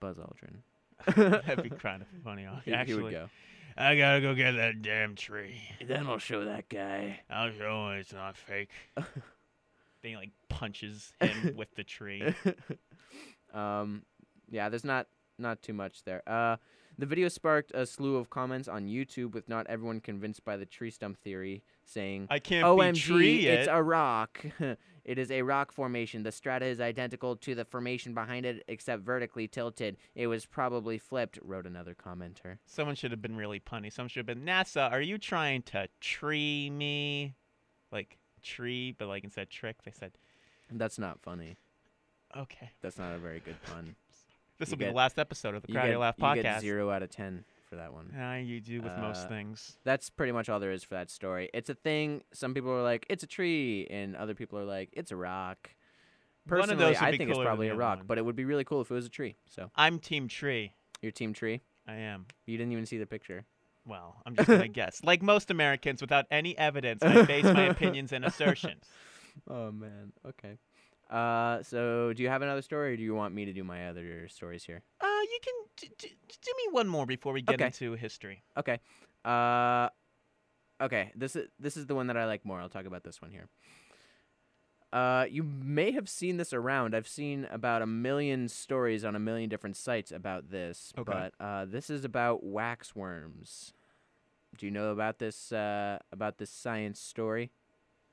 Speaker 2: Buzz Aldrin. [LAUGHS]
Speaker 1: That'd be kind of funny.
Speaker 2: He-
Speaker 1: Actually,
Speaker 2: he would go.
Speaker 1: I gotta go get that damn tree.
Speaker 2: Then I'll show that guy.
Speaker 1: I'll show him it's not
Speaker 2: [LAUGHS]
Speaker 1: fake. then he like punches him with the tree.
Speaker 2: um, yeah, there's not not too much there. Uh, the video sparked a slew of comments on YouTube, with not everyone convinced by the tree stump theory, saying.
Speaker 1: I can't be tree
Speaker 2: OMG,
Speaker 1: yet.
Speaker 2: it's a rock. [LAUGHS] it is a rock formation. The strata is identical to the formation behind it, except vertically tilted. It was probably flipped, wrote another commenter.
Speaker 1: Someone should have been really punny. Someone should have been NASA. Are you trying to tree me? Like tree, but like instead trick, they said
Speaker 2: That's not funny.
Speaker 1: okay.
Speaker 2: That's not a very good pun.
Speaker 1: This
Speaker 2: You
Speaker 1: will be
Speaker 2: get-
Speaker 1: the last episode of the
Speaker 2: You
Speaker 1: Crowd
Speaker 2: get-
Speaker 1: Your Laugh
Speaker 2: You
Speaker 1: podcast.
Speaker 2: get zero out of ten for that one.
Speaker 1: Ah, you do with
Speaker 2: Uh,
Speaker 1: most things.
Speaker 2: That's pretty much all there is for that story. It's a thing. Some people are like, it's a tree, and other people are like, it's a rock.
Speaker 1: One of
Speaker 2: Personally,
Speaker 1: those would
Speaker 2: I
Speaker 1: be
Speaker 2: think it's
Speaker 1: cooler than
Speaker 2: probably
Speaker 1: the
Speaker 2: a
Speaker 1: other
Speaker 2: rock,
Speaker 1: one.
Speaker 2: but it would be really cool if it was a tree. So,
Speaker 1: I'm Team Tree.
Speaker 2: your team tree.
Speaker 1: I am.
Speaker 2: You didn't even see the picture.
Speaker 1: Well, I'm just [LAUGHS] gonna guess. Like most Americans, without any evidence, I base my opinions [LAUGHS] and assertions.
Speaker 2: Oh man. Okay. Uh, so do you have another story, or do you want me to do my other stories here?
Speaker 1: Uh, you can d- d- do me one more before we get
Speaker 2: Okay.
Speaker 1: into history.
Speaker 2: Okay. Uh, okay. This is this is the one that I like more. I'll talk about this one here. Uh, you may have seen this around. I've seen about a million stories on a million different sites about this,
Speaker 1: Okay.
Speaker 2: but uh, this is about wax worms. Do you know about this uh, about this science story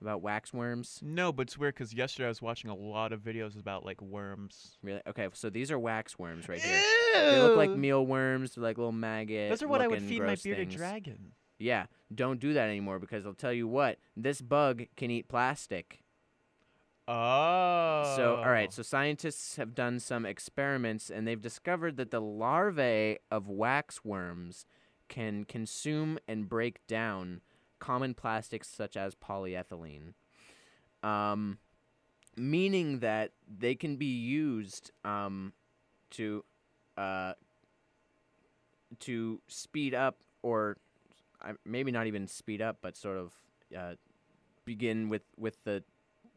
Speaker 2: about wax worms?
Speaker 1: No, but it's weird because yesterday I was watching a lot of videos about like worms.
Speaker 2: Really? Okay, so these are wax worms right here. They look like mealworms. They're like little maggot.
Speaker 1: Those are what I would
Speaker 2: looking
Speaker 1: feed my
Speaker 2: gross
Speaker 1: bearded
Speaker 2: things.
Speaker 1: dragon.
Speaker 2: Yeah, don't do that anymore because I'll tell you what, this bug can eat plastic.
Speaker 1: Oh.
Speaker 2: So, all right, so scientists have done some experiments and they've discovered that the larvae of wax worms can consume and break down common plastics such as polyethylene. Um, meaning that they can be used um, to uh, to speed up or uh, maybe not even speed up, but sort of uh, begin with, with the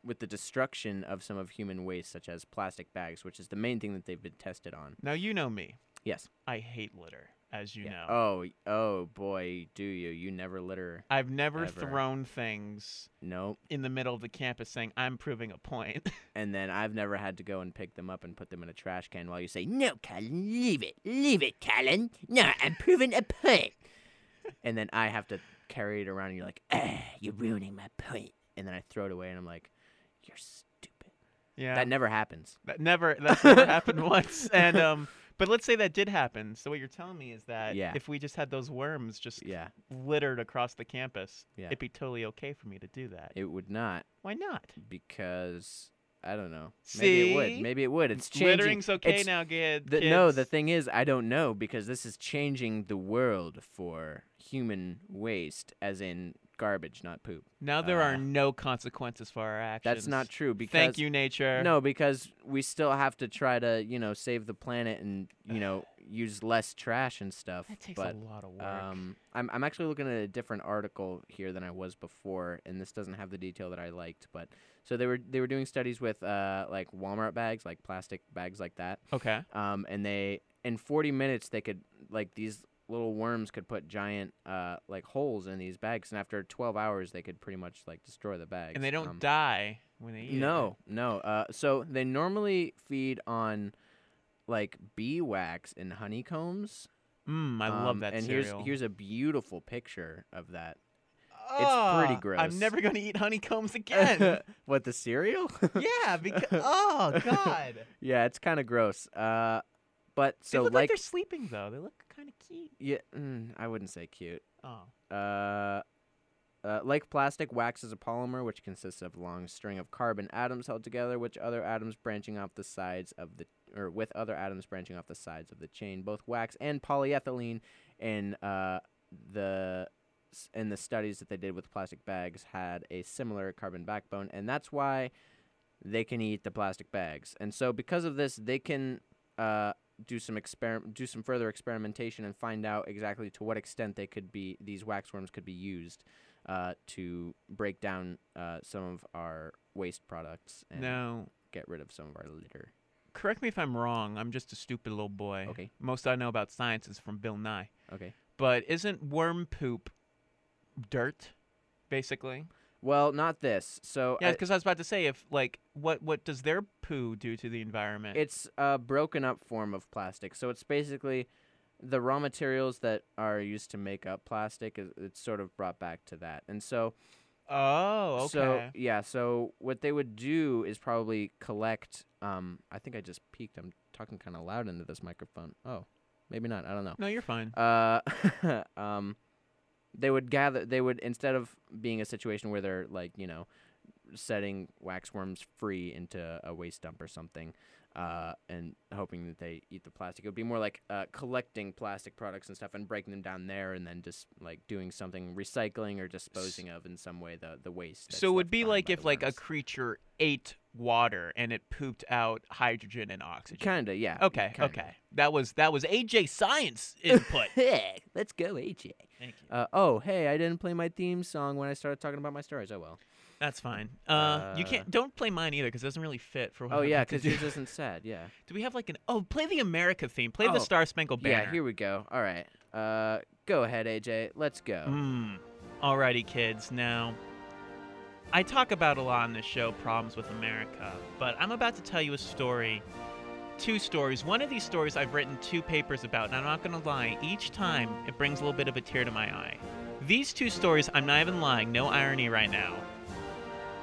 Speaker 2: with the destruction of some of human waste, such as plastic bags, which is the main thing that they've been tested on.
Speaker 1: now you know me.
Speaker 2: Yes.
Speaker 1: I hate litter, as you know.
Speaker 2: Oh, y- oh boy, do you? You never litter.
Speaker 1: I've never
Speaker 2: Ever.
Speaker 1: thrown things
Speaker 2: No.
Speaker 1: in the middle of the campus saying I'm proving a point. [LAUGHS]
Speaker 2: And then I've never had to go and pick them up and put them in a trash can while you say, "No, Colin, leave it, leave it, Colin. No, I'm proving a point." and then I have to carry it around, and you're like, "Ah, "You're ruining my point." And then I throw it away, and I'm like, "You're stupid."
Speaker 1: yeah.
Speaker 2: That never happens.
Speaker 1: That never that's
Speaker 2: [LAUGHS]
Speaker 1: never happened once. And um but let's say that did happen. So what you're telling me is that
Speaker 2: Yeah.
Speaker 1: if we just had those worms just
Speaker 2: Yeah,
Speaker 1: littered across the campus,
Speaker 2: Yeah.
Speaker 1: it'd be totally okay for me to do that.
Speaker 2: it would not.
Speaker 1: Why not?
Speaker 2: because I don't know. Maybe it
Speaker 1: See?
Speaker 2: would. Maybe it would. It's changing.
Speaker 1: Littering's okay
Speaker 2: it's-
Speaker 1: now, kid.
Speaker 2: The, no, the
Speaker 1: kids.
Speaker 2: thing is, I don't know because this is changing the world for human waste, as in garbage, not poop.
Speaker 1: now there
Speaker 2: uh,
Speaker 1: are no consequences for our actions.
Speaker 2: That's not true because
Speaker 1: Thank you, nature.
Speaker 2: No, because we still have to try to, you know, save the planet and
Speaker 1: [SIGHS]
Speaker 2: you know use less trash and stuff.
Speaker 1: that takes
Speaker 2: but
Speaker 1: a lot of work.
Speaker 2: um, I'm I'm actually looking at a different article here than I was before, and this doesn't have the detail that I liked. But so they were they were doing studies with uh like Walmart bags, like plastic bags like that,
Speaker 1: okay.
Speaker 2: um, and they in 40 minutes they could like these little worms could put giant uh like holes in these bags, and after 12 hours they could pretty much like destroy the bags.
Speaker 1: And they don't
Speaker 2: Um,
Speaker 1: die when they eat. it,
Speaker 2: no, no. Uh, so they normally feed on like bee wax and honeycombs.
Speaker 1: right? Mm, I love
Speaker 2: Um,
Speaker 1: that
Speaker 2: And
Speaker 1: cereal.
Speaker 2: here's here's a beautiful picture of that. pretty
Speaker 1: Ugh, Ah, I'm
Speaker 2: gross.
Speaker 1: never gonna eat honeycombs [LAUGHS] again.
Speaker 2: [LAUGHS] what the cereal? [LAUGHS]
Speaker 1: yeah, because [LAUGHS] oh god.
Speaker 2: yeah, it's kind of gross. Uh, but
Speaker 1: They
Speaker 2: so
Speaker 1: look like,
Speaker 2: like,
Speaker 1: they're sleeping though. They look kind of cute.
Speaker 2: yeah, mm, I wouldn't say cute.
Speaker 1: Oh,
Speaker 2: Uh, uh, like plastic, wax is a polymer which consists of a long string of carbon atoms held together, which other atoms branching off the sides of the or with other atoms branching off the sides of the chain. Both wax and polyethylene, in uh, the s- in the studies that they did with plastic bags, had a similar carbon backbone, and that's why they can eat the plastic bags. And so because of this, they can uh, do some experiment, do some further experimentation, and find out exactly to what extent they could be these waxworms could be used uh, to break down uh, some of our waste products and
Speaker 1: no.
Speaker 2: get rid of some of our litter.
Speaker 1: Correct me if I'm wrong. I'm just a stupid little boy.
Speaker 2: Okay.
Speaker 1: Most I know about science is from Bill Nye.
Speaker 2: Okay.
Speaker 1: But isn't worm poop dirt, basically?
Speaker 2: Well, not this. So uh,
Speaker 1: Yeah,
Speaker 2: I-
Speaker 1: because I was about to say if like what what does their poo do to the environment?
Speaker 2: It's a broken up form of plastic. So it's basically the raw materials that are used to make up plastic. Is, it's sort of brought back to that. And so,
Speaker 1: oh, okay.
Speaker 2: so yeah. So what they would do is probably collect. Um, I think I just peeked. I'm talking kind of loud into this microphone. Oh, maybe not. I don't know.
Speaker 1: no, you're fine.
Speaker 2: Uh, [LAUGHS] um, they would gather. They would instead of being a situation where they're like you know setting waxworms free into a waste dump or something, uh, and hoping that they eat the plastic. It would be more like uh, collecting plastic products and stuff and breaking them down there, and then just like doing something recycling or disposing of in some way the the waste. that's
Speaker 1: so it would
Speaker 2: left
Speaker 1: be
Speaker 2: behind
Speaker 1: like
Speaker 2: by
Speaker 1: if
Speaker 2: the
Speaker 1: like a
Speaker 2: worms.
Speaker 1: creature ate water and it pooped out hydrogen and oxygen.
Speaker 2: kinda yeah
Speaker 1: okay,
Speaker 2: kinda.
Speaker 1: okay. That was that was AJ science
Speaker 2: [LAUGHS]
Speaker 1: input.
Speaker 2: Hey, let's go, AJ.
Speaker 1: Thank you.
Speaker 2: Uh, oh, hey, I didn't play my theme song when I started talking about my stories. Oh well.
Speaker 1: That's fine. Uh, you
Speaker 2: Uh,
Speaker 1: can't don't play mine either because it doesn't really fit for what.
Speaker 2: Oh
Speaker 1: I'm
Speaker 2: yeah,
Speaker 1: about to
Speaker 2: because
Speaker 1: do.
Speaker 2: yours isn't sad.
Speaker 1: [LAUGHS]
Speaker 2: Yeah.
Speaker 1: do we have like an oh play the America theme, play
Speaker 2: Oh,
Speaker 1: the Star Spangled Banner.
Speaker 2: Yeah. Here we go. All right. Uh, go ahead, AJ. Let's go.
Speaker 1: Mm. Alrighty, kids. Now, I talk about a lot on this show problems with America, but I'm about to tell you a story. Two stories. One of these stories I've written two papers about, and I'm not going to lie, each time it brings a little bit of a tear to my eye. These two stories, I'm not even lying, no irony right now,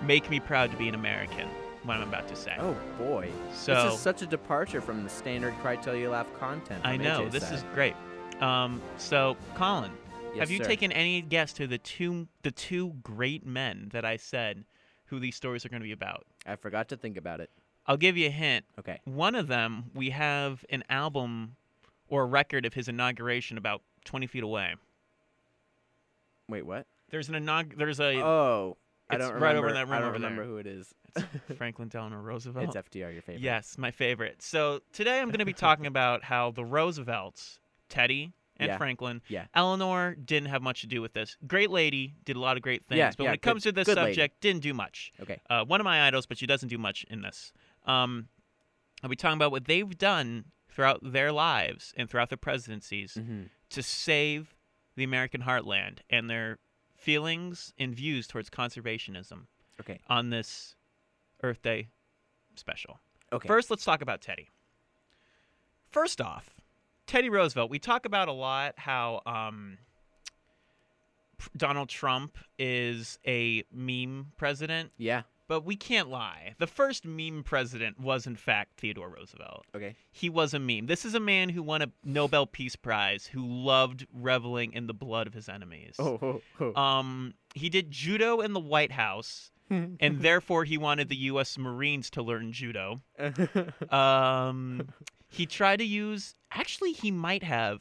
Speaker 1: make me proud to be an American, what I'm about to say.
Speaker 2: Oh boy.
Speaker 1: so,
Speaker 2: this is such a departure from the standard "Cry Till You Laugh" content.
Speaker 1: I
Speaker 2: from
Speaker 1: know,
Speaker 2: AJ's
Speaker 1: this
Speaker 2: side.
Speaker 1: is great. Um, so, Colin,
Speaker 2: Yes,
Speaker 1: Have you
Speaker 2: sir.
Speaker 1: taken any guess to the two the two great men that I said who these stories are going to be about?
Speaker 2: I forgot to think about it.
Speaker 1: I'll give you a hint.
Speaker 2: Okay.
Speaker 1: One of them, we have an album or a record of his inauguration about 20 feet away.
Speaker 2: Wait, what?
Speaker 1: There's an inaug- there's a
Speaker 2: Oh, I
Speaker 1: it's
Speaker 2: don't remember.
Speaker 1: right over in that
Speaker 2: I
Speaker 1: room
Speaker 2: don't
Speaker 1: over there.
Speaker 2: remember who it is.
Speaker 1: [LAUGHS] Franklin Delano Roosevelt.
Speaker 2: It's FDR, your favorite.
Speaker 1: Yes, my favorite. So today I'm going
Speaker 2: [LAUGHS]
Speaker 1: to be talking about how the Roosevelts, Teddy and
Speaker 2: Yeah.
Speaker 1: Franklin,
Speaker 2: Yeah.
Speaker 1: Eleanor didn't have much to do with this. Great lady, did a lot of great things,
Speaker 2: Yeah,
Speaker 1: but
Speaker 2: yeah,
Speaker 1: when it
Speaker 2: good-
Speaker 1: comes to this
Speaker 2: good lady.
Speaker 1: subject, didn't do much.
Speaker 2: Okay.
Speaker 1: Uh, one of my idols, but she doesn't do much in this. Um, I'll be talking about what they've done throughout their lives and throughout their presidencies
Speaker 2: Mm-hmm.
Speaker 1: to save the American heartland and their feelings and views towards conservationism
Speaker 2: Okay.
Speaker 1: on this Earth Day special.
Speaker 2: Okay.
Speaker 1: First, let's talk about Teddy. First off, Teddy Roosevelt. We talk about a lot how um, pr- Donald Trump is a meme president,
Speaker 2: yeah.
Speaker 1: but we can't lie. The first meme president was, in fact, Theodore Roosevelt. [LAUGHS]
Speaker 2: Okay.
Speaker 1: He was a meme. This is a man who won a Nobel Peace Prize, who loved reveling in the blood of his enemies.
Speaker 2: Oh. oh, oh.
Speaker 1: Um, he did judo in the White House,
Speaker 2: Hmm.
Speaker 1: and therefore he wanted the U.S. Marines to learn judo. Um, he tried to use. Actually, he might have.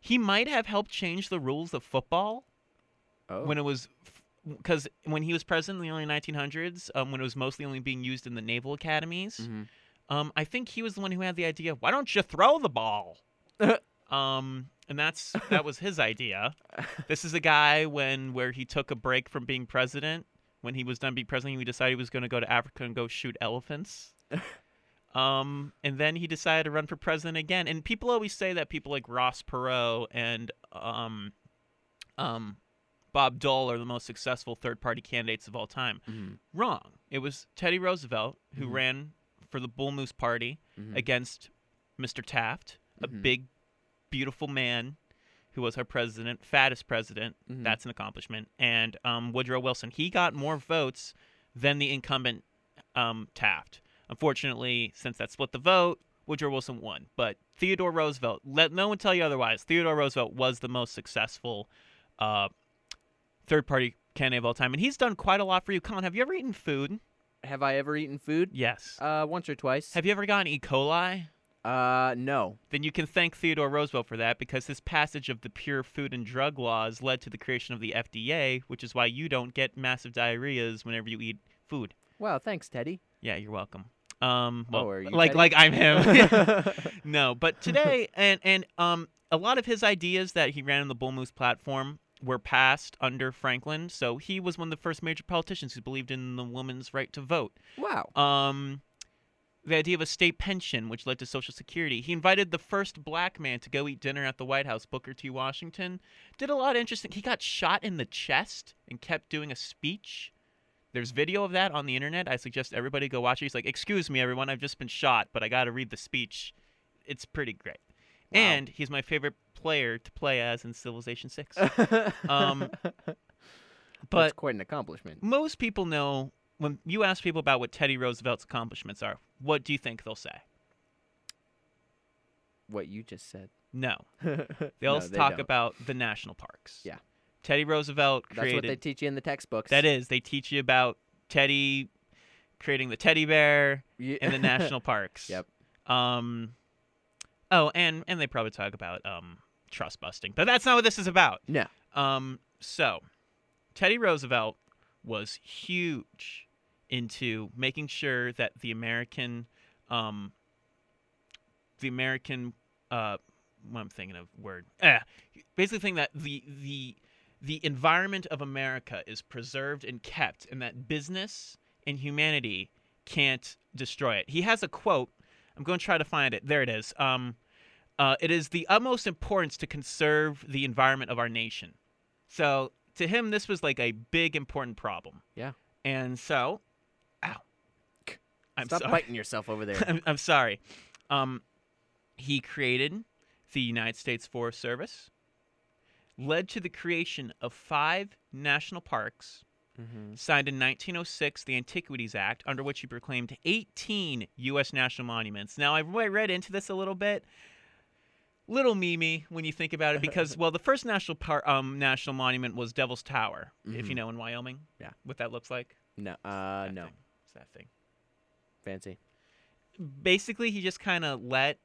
Speaker 1: He might have helped change the rules of football
Speaker 2: [LAUGHS] Oh,
Speaker 1: when it was, because when he was president in the early 1900s, um, when it was mostly only being used in the naval academies,
Speaker 2: Mhm.
Speaker 1: um, I think he was the one who had the idea. Why don't you throw the ball? um, and that's that was his idea. This is a guy when where he took a break from being president. When he was done being president, he decided he was going to go to Africa and go shoot elephants. Um, and then he decided to run for president again. And people always say that people like Ross Perot and um, um, Bob Dole are the most successful third-party candidates of all time.
Speaker 2: Mhm.
Speaker 1: Wrong. It was Teddy Roosevelt who
Speaker 2: Mhm.
Speaker 1: ran for the Bull Moose Party
Speaker 2: Mhm.
Speaker 1: against Mr. Taft, a
Speaker 2: Mhm.
Speaker 1: big, beautiful man who was our president, fattest president.
Speaker 2: Mhm.
Speaker 1: That's an accomplishment. And um, Woodrow Wilson, he got more votes than the incumbent um, Taft. Unfortunately, since that split the vote, Woodrow Wilson won. But Theodore Roosevelt, let no one tell you otherwise. Theodore Roosevelt was the most successful uh, third party candidate of all time, and he's done quite a lot for you. Colin, have you ever eaten food?
Speaker 2: Have I ever eaten food?
Speaker 1: Yes.
Speaker 2: Uh, once or twice.
Speaker 1: have you ever gotten E. coli?
Speaker 2: uh, no.
Speaker 1: then you can thank Theodore Roosevelt for that because his passage of the pure food and drug laws led to the creation of the FDA, which is why you don't get massive diarrheas whenever you eat food.
Speaker 2: Wow, thanks, Teddy.
Speaker 1: [LAUGHS]
Speaker 2: [LAUGHS]
Speaker 1: Yeah, you're welcome. Um, well,
Speaker 2: Oh, are you
Speaker 1: like
Speaker 2: petty?
Speaker 1: like I'm
Speaker 2: [LAUGHS]
Speaker 1: him. [LAUGHS] no, but today and and um, a lot of his ideas that he ran on the Bull Moose platform were passed under Franklin. So he was one of the first major politicians who believed in the woman's right to vote
Speaker 2: wow.
Speaker 1: [LAUGHS] um, the idea of a state pension, which led to Social Security. He invited the first black man to go eat dinner at the White House, Booker T. Washington. Did a lot of interesting. He got shot in the chest and kept doing a speech. There's video of that on the internet. I suggest everybody go watch it. He's like, "Excuse me, everyone, I've just been shot, but I got to read the speech. It's pretty great."
Speaker 2: Wow.
Speaker 1: And he's my favorite player to play as in Civilization Six. um,
Speaker 2: That's
Speaker 1: but
Speaker 2: quite an accomplishment.
Speaker 1: most people know when you ask people about what Teddy Roosevelt's accomplishments are, what do you think they'll say?
Speaker 2: What you just said. [LAUGHS]
Speaker 1: No. They'll
Speaker 2: No, they
Speaker 1: talk
Speaker 2: don't.
Speaker 1: about the national parks.
Speaker 2: Yeah.
Speaker 1: Teddy Roosevelt
Speaker 2: That's what they
Speaker 1: created
Speaker 2: teach you in the textbooks. [LAUGHS]
Speaker 1: that is, they teach you about Teddy creating the teddy
Speaker 2: [LAUGHS]
Speaker 1: bear
Speaker 2: Ye-
Speaker 1: in the national parks.
Speaker 2: Yep.
Speaker 1: Um Oh, and and they probably talk about um trust busting. But that's not what this is about.
Speaker 2: No.
Speaker 1: Um, so Teddy Roosevelt was huge into making sure that the American, um, the American, uh, what I'm thinking of word, eh, basically think that the the the environment of America is preserved and kept, and that business and humanity can't destroy it. He has a quote. I'm going to try to find it. There it is. Um, uh, it is the utmost importance to conserve the environment of our nation. So to him, this was like a big important problem.
Speaker 2: Yeah.
Speaker 1: And so, ow, I'm
Speaker 2: Stop
Speaker 1: sorry.
Speaker 2: biting yourself over there.
Speaker 1: [LAUGHS] I'm, I'm sorry. Um, he created the United States Forest Service, led to the creation of five national parks,
Speaker 2: Mhm.
Speaker 1: signed in 1906 the Antiquities Act, under which he proclaimed 18 U.S. national monuments. Now, I've re- read into this a little bit. Little mimi when you think about it, because well, the first national par- um, national monument was Devil's Tower, if you
Speaker 2: Mhm.
Speaker 1: know in Wyoming.
Speaker 2: Yeah.
Speaker 1: what that looks like.
Speaker 2: No, uh,
Speaker 1: That
Speaker 2: no,
Speaker 1: thing. It's that thing.
Speaker 2: fancy.
Speaker 1: Basically, he just kind of let.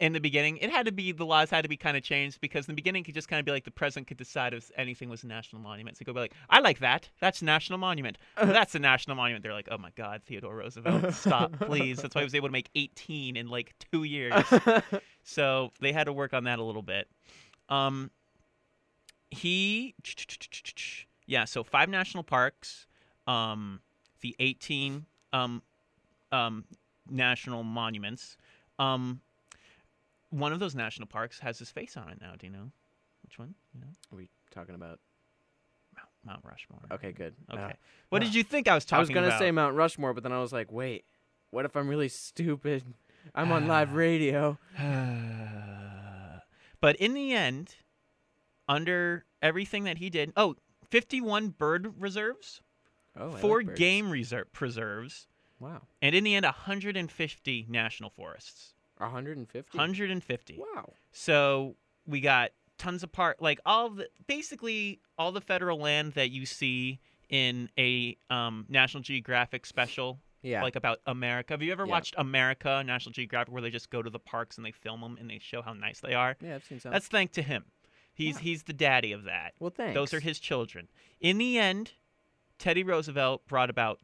Speaker 1: In the beginning, it had to be the laws had to be kind of changed because in the beginning, it could just kind of be like the president could decide if anything was a national monument. So he could be like, "I like that. That's a national monument. that's a national monument. They're like, oh my God, Theodore Roosevelt, stop, please. That's why he was able to make 18 in like two years. so they had to work on that a little bit. Um, he, yeah, so five national parks, um, the 18 um, um, national monuments. Um, one of those national parks has his face on it now. Do you know which one? You know?
Speaker 2: Are we talking about?
Speaker 1: Mount, Mount Rushmore.
Speaker 2: Okay, good. Uh,
Speaker 1: Okay. What
Speaker 2: Ah.
Speaker 1: did you think I was talking
Speaker 2: I was gonna
Speaker 1: about?
Speaker 2: say Mount Rushmore, but then I was like, wait, what if I'm really stupid? [LAUGHS] I'm on live
Speaker 1: Ah.
Speaker 2: radio.
Speaker 1: [SIGHS] but in the end, under everything that he did, oh, 51 bird reserves,
Speaker 2: Oh,
Speaker 1: four
Speaker 2: I like birds.
Speaker 1: game reserve preserves,
Speaker 2: Wow,
Speaker 1: and in the end, 150 national forests.
Speaker 2: 150.
Speaker 1: 150.
Speaker 2: Wow.
Speaker 1: So we got tons of part, like all the basically all the federal land that you see in a um, National Geographic special
Speaker 2: Yeah.
Speaker 1: like about America. Have you ever
Speaker 2: Yeah.
Speaker 1: watched America, National Geographic, where they just go to the parks and they film them and they show how nice they are?
Speaker 2: yeah, I've seen some.
Speaker 1: That's thanks to him. He's
Speaker 2: Yeah.
Speaker 1: he's the daddy of that.
Speaker 2: well, thanks.
Speaker 1: Those are his children. In the end, Teddy Roosevelt brought about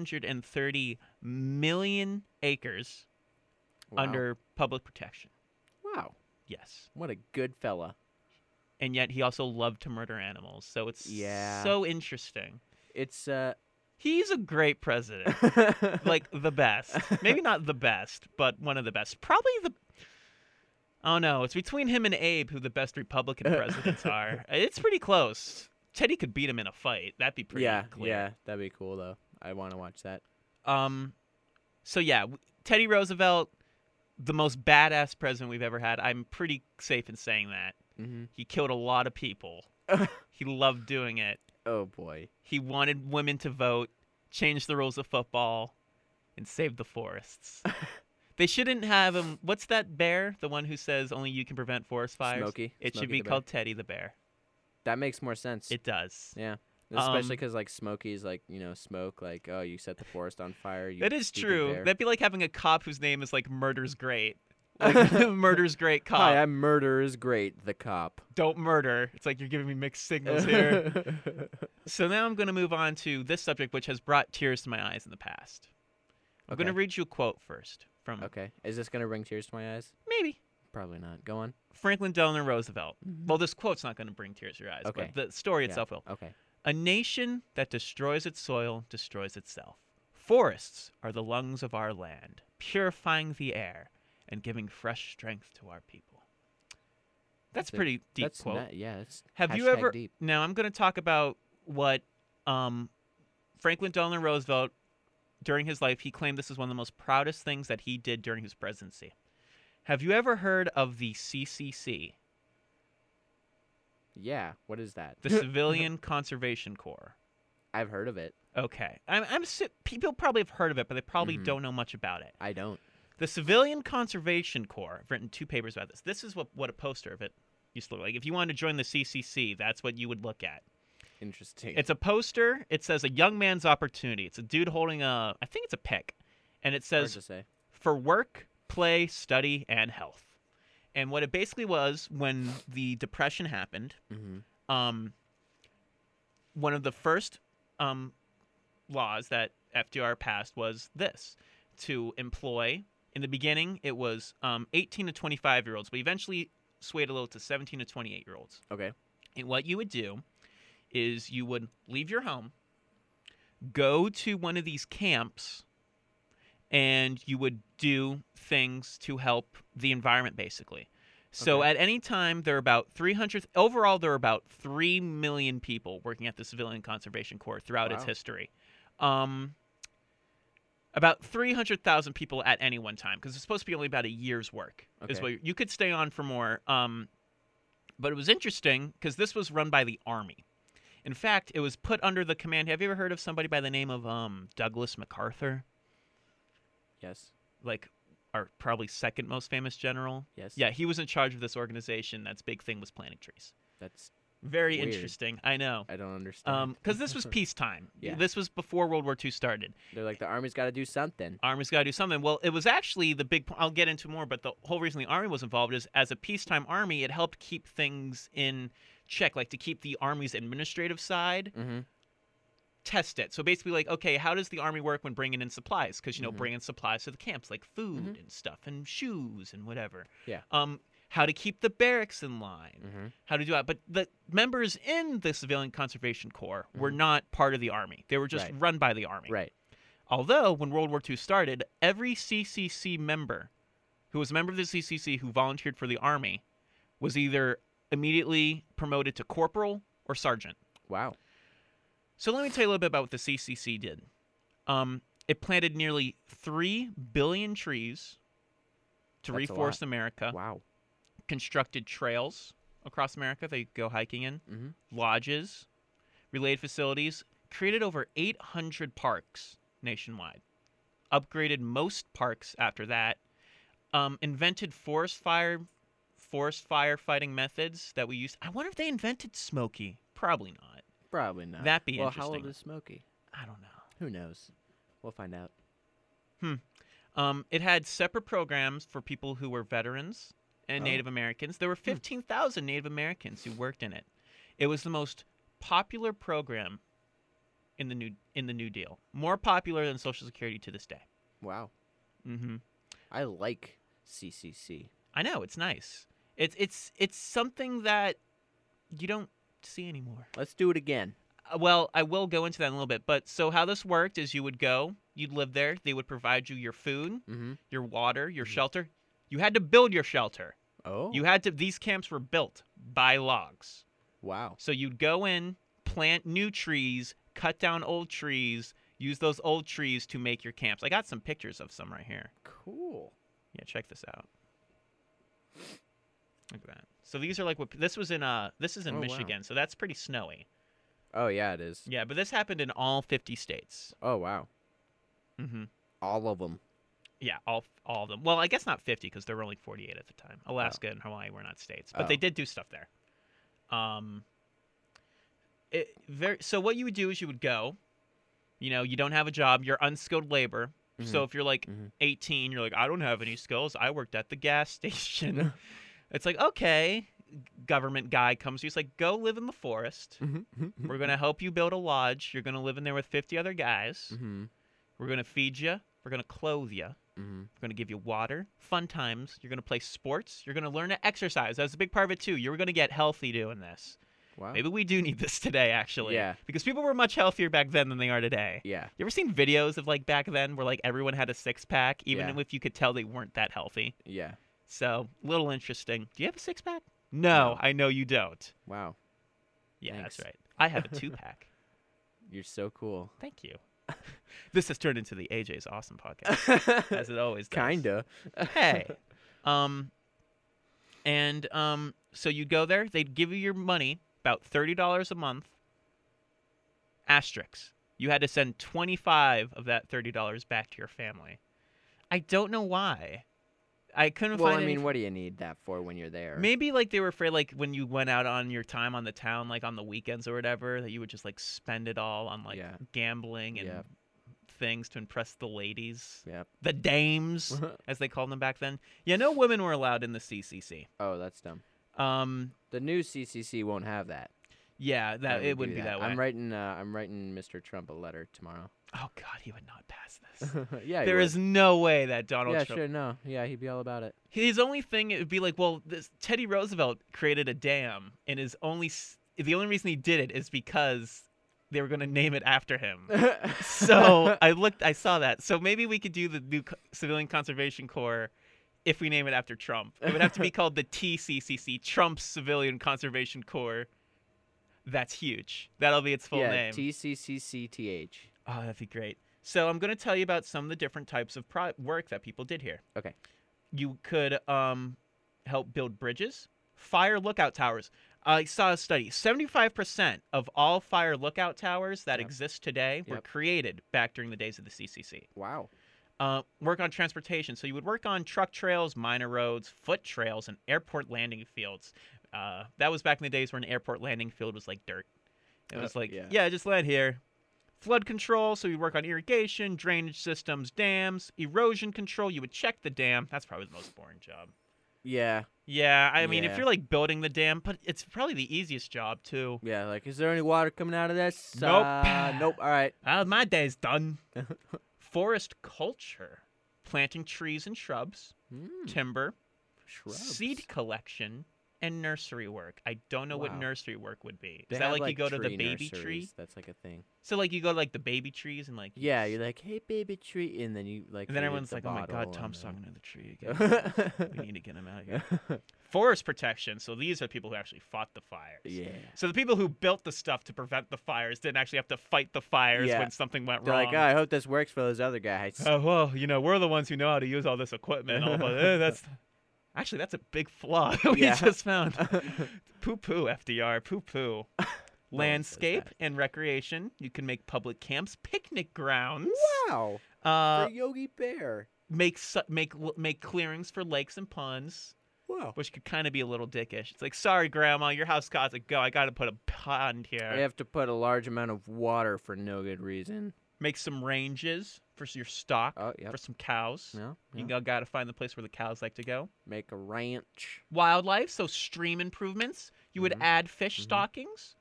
Speaker 1: 230 million acres
Speaker 2: Wow.
Speaker 1: under public protection.
Speaker 2: Wow,
Speaker 1: Yes.
Speaker 2: what a good fella.
Speaker 1: And yet he also loved to murder animals. So it's
Speaker 2: Yeah.
Speaker 1: so interesting. [LAUGHS]
Speaker 2: It's uh. [LAUGHS]
Speaker 1: He's a great president. like the best. Maybe not the best, but one of the best. Probably the. Oh no, it's between him and Abe who the best
Speaker 2: [LAUGHS]
Speaker 1: Republican presidents are. It's pretty close. Teddy could beat him in a fight. That'd be pretty
Speaker 2: yeah, yeah,
Speaker 1: clear.
Speaker 2: that'd be cool though. I want to watch that.
Speaker 1: Yeah. Um, so yeah, w- Teddy Roosevelt, the most badass president we've ever had. I'm pretty safe in saying that.
Speaker 2: Mhm.
Speaker 1: He killed a lot of
Speaker 2: [LAUGHS]
Speaker 1: people. he loved doing it.
Speaker 2: Oh boy.
Speaker 1: He wanted women to vote, change the rules of football, and save the
Speaker 2: [LAUGHS]
Speaker 1: forests. they shouldn't have him. What's that bear? The one who says only you can prevent forest fires?
Speaker 2: Smokey-
Speaker 1: It should
Speaker 2: Smokey
Speaker 1: be
Speaker 2: the bear.
Speaker 1: called Teddy the Bear.
Speaker 2: That makes more sense.
Speaker 1: It does.
Speaker 2: yeah. Especially
Speaker 1: Um,
Speaker 2: because like Smokey's like you know smoke like oh you set the forest on fire. You
Speaker 1: That is
Speaker 2: stupid
Speaker 1: true.
Speaker 2: bear."
Speaker 1: That'd be like having a cop whose name is like Murder's
Speaker 2: [LAUGHS]
Speaker 1: Great. Like, [LAUGHS] murder's Great Cop.
Speaker 2: Hi, I'm murder is great.
Speaker 1: [LAUGHS]
Speaker 2: The cop.
Speaker 1: Don't murder. It's like you're giving me mixed signals
Speaker 2: [LAUGHS]
Speaker 1: here. [LAUGHS] so now I'm going to move on to this subject, which has brought tears to my eyes in the past. I'm going to
Speaker 2: Okay.
Speaker 1: read you a quote first from
Speaker 2: okay. Is this gonna bring tears to my eyes?
Speaker 1: maybe
Speaker 2: Probably not. Go on.
Speaker 1: Franklin Delano Roosevelt. Well, this quote's not going to bring tears to your eyes,
Speaker 2: Mm-hmm. Okay.
Speaker 1: but the story
Speaker 2: Yeah.
Speaker 1: itself will.
Speaker 2: Okay.
Speaker 1: A nation that destroys its soil destroys itself. Forests are the lungs of our land, purifying the air and giving fresh strength to our people. That's
Speaker 2: That's a-
Speaker 1: pretty deep
Speaker 2: That's
Speaker 1: quote.
Speaker 2: not- yeah. That's
Speaker 1: Have you
Speaker 2: hashtag
Speaker 1: ever?
Speaker 2: Deep.
Speaker 1: Now I'm going to talk about what um, Franklin Delano Roosevelt, during his life, he claimed this is one of the most proudest things that he did during his presidency. Have you ever heard of the CCC,
Speaker 2: Yeah. What is that?
Speaker 1: the Civilian Conservation Corps?
Speaker 2: [LAUGHS] I've heard of it.
Speaker 1: Okay, I'm, I'm assu- people probably have heard of it, but they probably
Speaker 2: Mhm.
Speaker 1: don't know much about it.
Speaker 2: I don't.
Speaker 1: The Civilian Conservation Corps. I've written two papers about this. This is what what a poster of it used to look like. If you wanted to join the CCC, that's what you would look at.
Speaker 2: Interesting.
Speaker 1: It's a poster. It says a young man's opportunity. It's a dude holding a, I think it's a pick, and it
Speaker 2: hard
Speaker 1: says
Speaker 2: to say.
Speaker 1: for work, play, study, and health. And what it basically was when the depression happened,
Speaker 2: hmm
Speaker 1: um, one of the first um, laws that FDR passed was this to employ. In the beginning, it was um, 18 to 25 year olds, but eventually swayed a little to 17 to 28 year olds.
Speaker 2: Okay.
Speaker 1: And what you would do is you would leave your home, go to one of these camps, and you would do things to help the environment, basically. So
Speaker 2: Okay.
Speaker 1: at any time, there are about 300, overall, there are about 3 million people working at the Civilian Conservation Corps throughout its
Speaker 2: Wow.
Speaker 1: history. Um, about 300,000 people at any one time, because it's supposed to be only about a year's work. Is
Speaker 2: Okay.
Speaker 1: what you- you could stay on for more. Um, but it was interesting because this was run by the army. In fact, it was put under the command. Have you ever heard of somebody by the name of um, Douglas MacArthur?
Speaker 2: Yes.
Speaker 1: Like, our probably second most famous general.
Speaker 2: Yes.
Speaker 1: Yeah, he was in charge of this organization. That's big thing was planting trees.
Speaker 2: That's
Speaker 1: Very
Speaker 2: Weird.
Speaker 1: interesting. I know.
Speaker 2: I don't understand.
Speaker 1: Um, because this
Speaker 2: [LAUGHS]
Speaker 1: was peacetime.
Speaker 2: Yeah.
Speaker 1: This was before World War II started.
Speaker 2: They're like the army's got to do something.
Speaker 1: Army's got to do something. Well, it was actually the big. po- I'll get into more, but the whole reason the army was involved is as a peacetime army, it helped keep things in check, like to keep the army's administrative side
Speaker 2: Mm-hmm.
Speaker 1: test it. So basically, like, okay, how does the army work when bringing in supplies? Because you know,
Speaker 2: Mhm.
Speaker 1: bringing supplies to the camps, like food and stuff, and shoes and whatever.
Speaker 2: Mm-hmm. Yeah.
Speaker 1: Um, how to keep the barracks in line,
Speaker 2: Mm-hmm.
Speaker 1: how to do that. But the members in the Civilian Conservation Corps were not part of the army; they were just
Speaker 2: Mm-hmm. Right.
Speaker 1: run by the army.
Speaker 2: Right.
Speaker 1: Although, when World War II started, every CCC member who was a member of the CCC who volunteered for the army was either immediately promoted to corporal or sergeant.
Speaker 2: Wow.
Speaker 1: So let me tell you a little bit about what the CCC did. Um, it planted nearly three billion trees to
Speaker 2: That's a
Speaker 1: reforest America.
Speaker 2: Wow.
Speaker 1: Constructed trails across America. They go hiking in
Speaker 2: Mhm.
Speaker 1: lodges, related facilities. Created over 800 parks nationwide. Upgraded most parks after that. Um, invented forest fire, forest firefighting methods that we used. I wonder if they invented Smokey. Probably not.
Speaker 2: Probably not.
Speaker 1: That'd be
Speaker 2: well, how old
Speaker 1: interesting.
Speaker 2: is Smokey?
Speaker 1: I don't know.
Speaker 2: Who knows? We'll find out.
Speaker 1: Um, it had separate programs for people who were veterans and
Speaker 2: Oh.
Speaker 1: Native Americans. There were 15,000 Native Americans who worked in it. It was the most popular program in the new in the New Deal, more popular than Social Security to this day.
Speaker 2: Wow. Mm-hmm.
Speaker 1: hmm
Speaker 2: I like CCC.
Speaker 1: I know it's nice. It's it's it's something that you don't see anymore.
Speaker 2: Let's do it again.
Speaker 1: Uh, Well, I will go into that in a little bit. But so how this worked is you would go, you'd live there. They would provide you your food,
Speaker 2: Mm-hmm.
Speaker 1: your water, your shelter. You had to build your shelter.
Speaker 2: Oh.
Speaker 1: You had to these camps were built by logs.
Speaker 2: wow.
Speaker 1: So you'd go in, plant new trees, cut down old trees, use those old trees to make your camps. I got some pictures of some right here.
Speaker 2: Cool.
Speaker 1: Yeah, check this out. Look at that. So these are like what this was in uh this is in
Speaker 2: Oh, wow.
Speaker 1: Michigan, so that's pretty snowy.
Speaker 2: Oh yeah, it is.
Speaker 1: Yeah, but this happened in all 50 states.
Speaker 2: Oh wow,
Speaker 1: hmm
Speaker 2: all of them.
Speaker 1: Yeah, all all of them. Well, I guess not 50 because there were only 48 at the time. Alaska and Hawaii were not states, but they
Speaker 2: Oh.
Speaker 1: did do stuff there. Um, it very so what you would do is you would go, you know, you don't have a job, you're unskilled labor. So if you're like
Speaker 2: mhm.
Speaker 1: 18, you're like, I don't have any skills. I worked at the gas [LAUGHS]
Speaker 2: [LAUGHS]
Speaker 1: station. it's like okay, government guy comes to you. It's like go live in the
Speaker 2: [LAUGHS]
Speaker 1: forest.
Speaker 2: Mm-hmm,
Speaker 1: We're gonna help you build a lodge. You're gonna live in there with 50 other guys.
Speaker 2: Mm-hmm.
Speaker 1: We're gonna feed you. We're gonna clothe you.
Speaker 2: Mm-hmm.
Speaker 1: We're gonna give you water, fun times. You're gonna play sports. You're gonna learn to exercise. That's a big part of it too. You're gonna get healthy doing this.
Speaker 2: Wow.
Speaker 1: Maybe we do need this today, actually.
Speaker 2: Oh. Yeah.
Speaker 1: Because people were much healthier back then than they are today.
Speaker 2: Yeah.
Speaker 1: You ever seen videos of like back then where like everyone had a six pack, even
Speaker 2: Yeah.
Speaker 1: if you could tell they weren't that healthy?
Speaker 2: Yeah.
Speaker 1: So little interesting. Do you have a six pack? No,
Speaker 2: No.
Speaker 1: I know you don't.
Speaker 2: Wow.
Speaker 1: Yeah, that's
Speaker 2: Thanks.
Speaker 1: right. I have a two
Speaker 2: [LAUGHS]
Speaker 1: pack.
Speaker 2: You're so [LAUGHS] cool.
Speaker 1: Thank you. this has turned into the AJ's awesome podcast,
Speaker 2: [LAUGHS]
Speaker 1: as it always does.
Speaker 2: Kinda.
Speaker 1: hey. Um and um so you'd go there, they'd give you your money, about thirty dollars a month. Asterisks. You had to send twenty five of that thirty dollars back to your family. I don't know why. I couldn't
Speaker 2: Well,
Speaker 1: find
Speaker 2: I
Speaker 1: any-
Speaker 2: mean, what do you need that for when you're there?
Speaker 1: Maybe like they were afraid like when you went out on your time on the town, like on the weekends or whatever, that you would just like spend it all on like
Speaker 2: Yeah.
Speaker 1: gambling and
Speaker 2: Yeah.
Speaker 1: things to impress the ladies.
Speaker 2: Yep. [LAUGHS]
Speaker 1: The dames as they called them back then. Yeah, no women were allowed in the CCC.
Speaker 2: oh, that's dumb.
Speaker 1: Um,
Speaker 2: The new CCC won't have that.
Speaker 1: yeah,
Speaker 2: They
Speaker 1: that it
Speaker 2: would
Speaker 1: wouldn't
Speaker 2: do
Speaker 1: be that, way.
Speaker 2: I'm writing. Uh, I'm writing Mr. Trump a letter tomorrow. [LAUGHS]
Speaker 1: Oh God, he would not pass this.
Speaker 2: yeah. he
Speaker 1: there
Speaker 2: would.
Speaker 1: is no way that Donald
Speaker 2: Yeah,
Speaker 1: Trump.
Speaker 2: sure. No. Yeah, he'd be all about it.
Speaker 1: His only thing it would be like, well, this, Teddy Roosevelt created a dam, and his only s- the only reason he did it is because they were going to name it after him. so I looked, I saw that. So maybe we could do the new co- Civilian Conservation Corps if we name it after Trump. It would have to be called the TCCC, Trump's Civilian Conservation Corps. That's huge. That'll be its full
Speaker 2: yeah.
Speaker 1: name.
Speaker 2: TCCCTH.
Speaker 1: oh, that'd be great. So I'm going to tell you about some of the different types of pro- work that people did here.
Speaker 2: Okay.
Speaker 1: You could um, help build bridges, fire lookout towers. I saw a study. 75% of all fire lookout towers that
Speaker 2: Yep.
Speaker 1: exist today were
Speaker 2: Yep.
Speaker 1: created back during the days of the CCC.
Speaker 2: Wow.
Speaker 1: Uh, work on transportation. So you would work on truck trails, minor roads, foot trails, and airport landing fields. Uh, that was back in the days when an airport landing field was like dirt. It
Speaker 2: Uh,
Speaker 1: was like, yeah.
Speaker 2: yeah.
Speaker 1: just land here. Flood control. So you work on irrigation, drainage systems, dams, erosion control. You would check the dam. That's probably the most boring job.
Speaker 2: Yeah.
Speaker 1: Yeah, I mean, if
Speaker 2: Yeah.
Speaker 1: you're like building the dam, but it's probably the easiest job too.
Speaker 2: Yeah. Like, is there any water coming out of this?
Speaker 1: Nope.
Speaker 2: Uh, nope. All right.
Speaker 1: Ah, my day's
Speaker 2: [LAUGHS]
Speaker 1: done. Forest culture, planting trees and shrubs,
Speaker 2: Mm,
Speaker 1: timber,
Speaker 2: shrubs.
Speaker 1: Hmm. seed collection and nursery work. I don't know what
Speaker 2: Wow.
Speaker 1: nursery work would be. Is
Speaker 2: They
Speaker 1: that
Speaker 2: have,
Speaker 1: like, you go to the
Speaker 2: tree
Speaker 1: baby tree?
Speaker 2: nurseries. That's like a thing.
Speaker 1: So like you go to like the baby trees and like you
Speaker 2: Yeah,
Speaker 1: s-
Speaker 2: you're like, hey, baby tree, and then you like.
Speaker 1: and then
Speaker 2: read
Speaker 1: everyone's
Speaker 2: the
Speaker 1: like, oh my god,
Speaker 2: bottle,
Speaker 1: Tom's
Speaker 2: [LAUGHS] and
Speaker 1: talking to the tree again.
Speaker 2: then-
Speaker 1: we need to get him out of here.
Speaker 2: [LAUGHS]
Speaker 1: Forest protection. So these are people who actually fought the fires.
Speaker 2: yeah.
Speaker 1: [LAUGHS] So the people who built the stuff to prevent the fires didn't actually have to fight the fires
Speaker 2: Yeah.
Speaker 1: when something went
Speaker 2: They're
Speaker 1: wrong.
Speaker 2: like, "Ah, oh, I hope this works for those other guys.
Speaker 1: Uh, well, you know, we're the ones who know how to use all this equipment. All, but,
Speaker 2: [LAUGHS]
Speaker 1: eh, that's actually that's a big flaw [LAUGHS] we
Speaker 2: Yeah.
Speaker 1: just found. [LAUGHS] poo poo, FDR. Poo
Speaker 2: [LAUGHS]
Speaker 1: poo. Landscape
Speaker 2: that.
Speaker 1: and recreation. You can make public camps, picnic grounds.
Speaker 2: [LAUGHS] wow,
Speaker 1: Uh,
Speaker 2: for Yogi Bear.
Speaker 1: make su- make l- make clearings for lakes and ponds,
Speaker 2: Wow.
Speaker 1: which could kind of be a little dickish. It's like, sorry, Grandma, your house got to go. I got to put a pond here.
Speaker 2: We have to put a large amount of water for no good reason.
Speaker 1: Make some ranges for s- your stock
Speaker 2: Oh, yep.
Speaker 1: for some cows.
Speaker 2: No,
Speaker 1: You
Speaker 2: no.
Speaker 1: go- gotta find the place where the cows like to go.
Speaker 2: make a ranch.
Speaker 1: wildlife, so stream improvements. You would
Speaker 2: Mhm.
Speaker 1: add fish
Speaker 2: Mhm.
Speaker 1: stockings.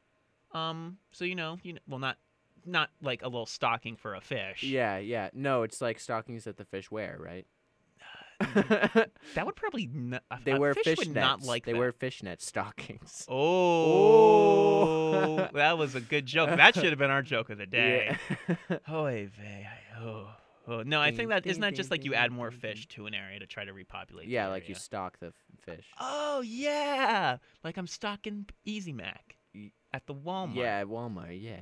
Speaker 1: Um, so you know, you know, well, not not like a little stocking for a fish.
Speaker 2: Yeah, yeah. No, it's like stockings that the fish wear,
Speaker 1: [LAUGHS]
Speaker 2: right?
Speaker 1: that would probably n- a,
Speaker 2: they
Speaker 1: a
Speaker 2: wear
Speaker 1: fish would
Speaker 2: nets.
Speaker 1: not like
Speaker 2: they
Speaker 1: that.
Speaker 2: wear
Speaker 1: [LAUGHS]
Speaker 2: fishnet stockings. [LAUGHS]
Speaker 1: Oh, that was a good joke. That should have been our joke of the day.
Speaker 2: Yeah.
Speaker 1: Oy vey, oh, oh. No, I
Speaker 2: Ding,
Speaker 1: think that
Speaker 2: ding,
Speaker 1: isn't that
Speaker 2: ding,
Speaker 1: just like you
Speaker 2: ding,
Speaker 1: add
Speaker 2: ding,
Speaker 1: more
Speaker 2: ding,
Speaker 1: fish to an area to try to repopulate. the
Speaker 2: [LAUGHS] yeah, like you
Speaker 1: area?
Speaker 2: stock the f- fish.
Speaker 1: Oh yeah, like I'm stocking Easy Mac
Speaker 2: Y-
Speaker 1: at the Walmart.
Speaker 2: Yeah, at Walmart. Yeah.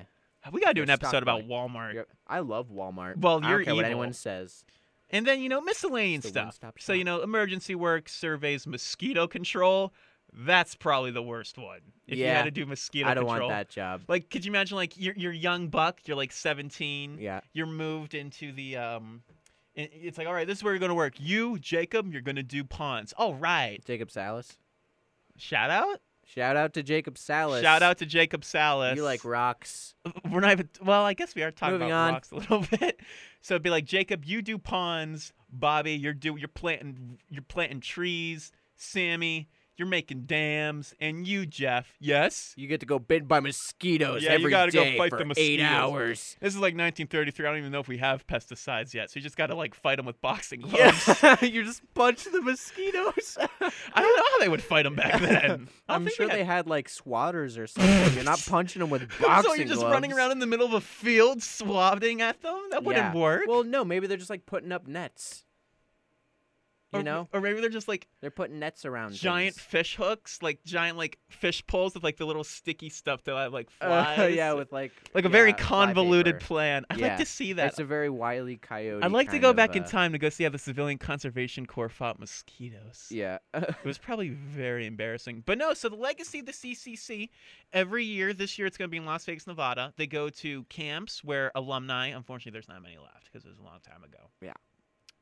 Speaker 1: we gotta do
Speaker 2: They're
Speaker 1: an episode about
Speaker 2: stockpiling.
Speaker 1: Walmart.
Speaker 2: Yep. I love Walmart.
Speaker 1: Well,
Speaker 2: I
Speaker 1: you're
Speaker 2: don't care what anyone
Speaker 1: evil.
Speaker 2: says.
Speaker 1: And then, you know, miscellaneous
Speaker 2: It's the
Speaker 1: stuff.
Speaker 2: one-stop
Speaker 1: So, you
Speaker 2: shop.
Speaker 1: know, emergency work, surveys, mosquito control. That's probably the worst one. If you
Speaker 2: Yeah.
Speaker 1: had to do mosquito
Speaker 2: I don't
Speaker 1: control.
Speaker 2: want that job.
Speaker 1: Like, could you imagine like you're you're young buck, you're like 17,
Speaker 2: Yeah.
Speaker 1: you're moved into the um, i- it's like all right, this is where you're gonna work. You, Jacob, you're gonna do pawns. All right,
Speaker 2: Jacob Salas.
Speaker 1: shout out,
Speaker 2: Shout out to Jacob Salas.
Speaker 1: shout out to Jacob Salas.
Speaker 2: You like rocks.
Speaker 1: [LAUGHS] we're not even well i guess we are talking
Speaker 2: Moving
Speaker 1: about
Speaker 2: on.
Speaker 1: rocks a little [LAUGHS] bit so it'd be like jacob you do pawns bobby you're do you're planting you're planting trees sammy you're making dams and you jeff yes
Speaker 2: You get to go bitten by mosquitoes
Speaker 1: Yeah, you
Speaker 2: every
Speaker 1: gotta go
Speaker 2: day
Speaker 1: fight
Speaker 2: for
Speaker 1: the
Speaker 2: eight
Speaker 1: mosquitoes. [LAUGHS]
Speaker 2: hours.
Speaker 1: this is like 1933 i don't even know if we have pesticides yet so you just gotta like fight them with boxing gloves [LAUGHS]
Speaker 2: Yeah, [LAUGHS] you just punch the mosquitoes.
Speaker 1: i don't know how they would fight them
Speaker 2: [LAUGHS]
Speaker 1: back then I don't
Speaker 2: I'm
Speaker 1: think
Speaker 2: sure
Speaker 1: had-
Speaker 2: they had like swatters or something. You're not punching them with boxing
Speaker 1: [LAUGHS] so you're just
Speaker 2: gloves.
Speaker 1: running around in the middle of a field swatting at them that wouldn't
Speaker 2: Yeah.
Speaker 1: work
Speaker 2: Well, no, maybe they're just like putting up nets. You
Speaker 1: Or-
Speaker 2: know,
Speaker 1: or maybe they're just like
Speaker 2: they're putting nets around.
Speaker 1: giant
Speaker 2: things.
Speaker 1: fish hooks, like giant like fish poles with like the little sticky stuff that I like
Speaker 2: [LAUGHS] Uh, [LAUGHS]
Speaker 1: flies.
Speaker 2: yeah, with like
Speaker 1: like a
Speaker 2: yeah,
Speaker 1: very
Speaker 2: fly
Speaker 1: convoluted
Speaker 2: paper.
Speaker 1: plan. I'd
Speaker 2: Yeah.
Speaker 1: like to see that.
Speaker 2: It's a very wily coyote.
Speaker 1: I'd like to
Speaker 2: kind
Speaker 1: go
Speaker 2: of,
Speaker 1: back in
Speaker 2: uh,
Speaker 1: time to go see how the Civilian Conservation Corps fought mosquitoes.
Speaker 2: Yeah.
Speaker 1: It was probably very embarrassing. But no, so the legacy of the CCC, every year, this year it's going to be in Las Vegas, Nevada. They go to camps where alumni, unfortunately, there's not many left because it was a long time ago.
Speaker 2: Yeah.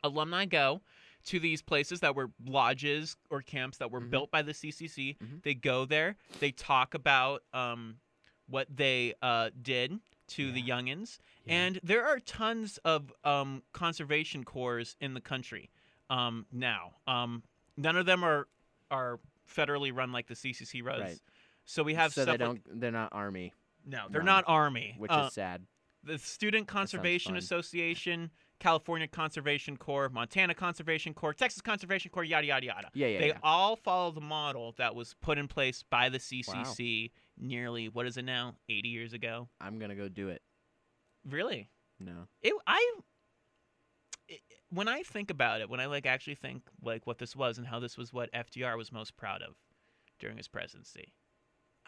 Speaker 1: Alumni go to these places that were lodges or camps that were
Speaker 2: Mhm.
Speaker 1: built by the CCC.
Speaker 2: Mhm.
Speaker 1: They go there, they talk about um, what they uh, did to the
Speaker 2: Yeah.
Speaker 1: youngins.
Speaker 2: Yeah.
Speaker 1: And there are tons of um, conservation corps in the country um, now. Um, none of them are are federally run like the CCC runs.
Speaker 2: Right.
Speaker 1: So we have
Speaker 2: [LAUGHS] so
Speaker 1: stuff
Speaker 2: they
Speaker 1: like-
Speaker 2: don't. they're not army,
Speaker 1: no, they're
Speaker 2: run,
Speaker 1: not army.
Speaker 2: which
Speaker 1: Uh,
Speaker 2: is sad.
Speaker 1: the Student Conservation
Speaker 2: fun.
Speaker 1: Association, California Conservation Corps, Montana Conservation Corps, Texas Conservation Corps, yada yada yada.
Speaker 2: Yeah, yeah.
Speaker 1: they
Speaker 2: yeah.
Speaker 1: all follow the model that was put in place by the CCC nearly what is it now, 80 years ago?
Speaker 2: I'm gonna go do it.
Speaker 1: Really?
Speaker 2: No.
Speaker 1: it i it, when i think about it when i like actually think like what this was and how this was what fdr was most proud of during his presidency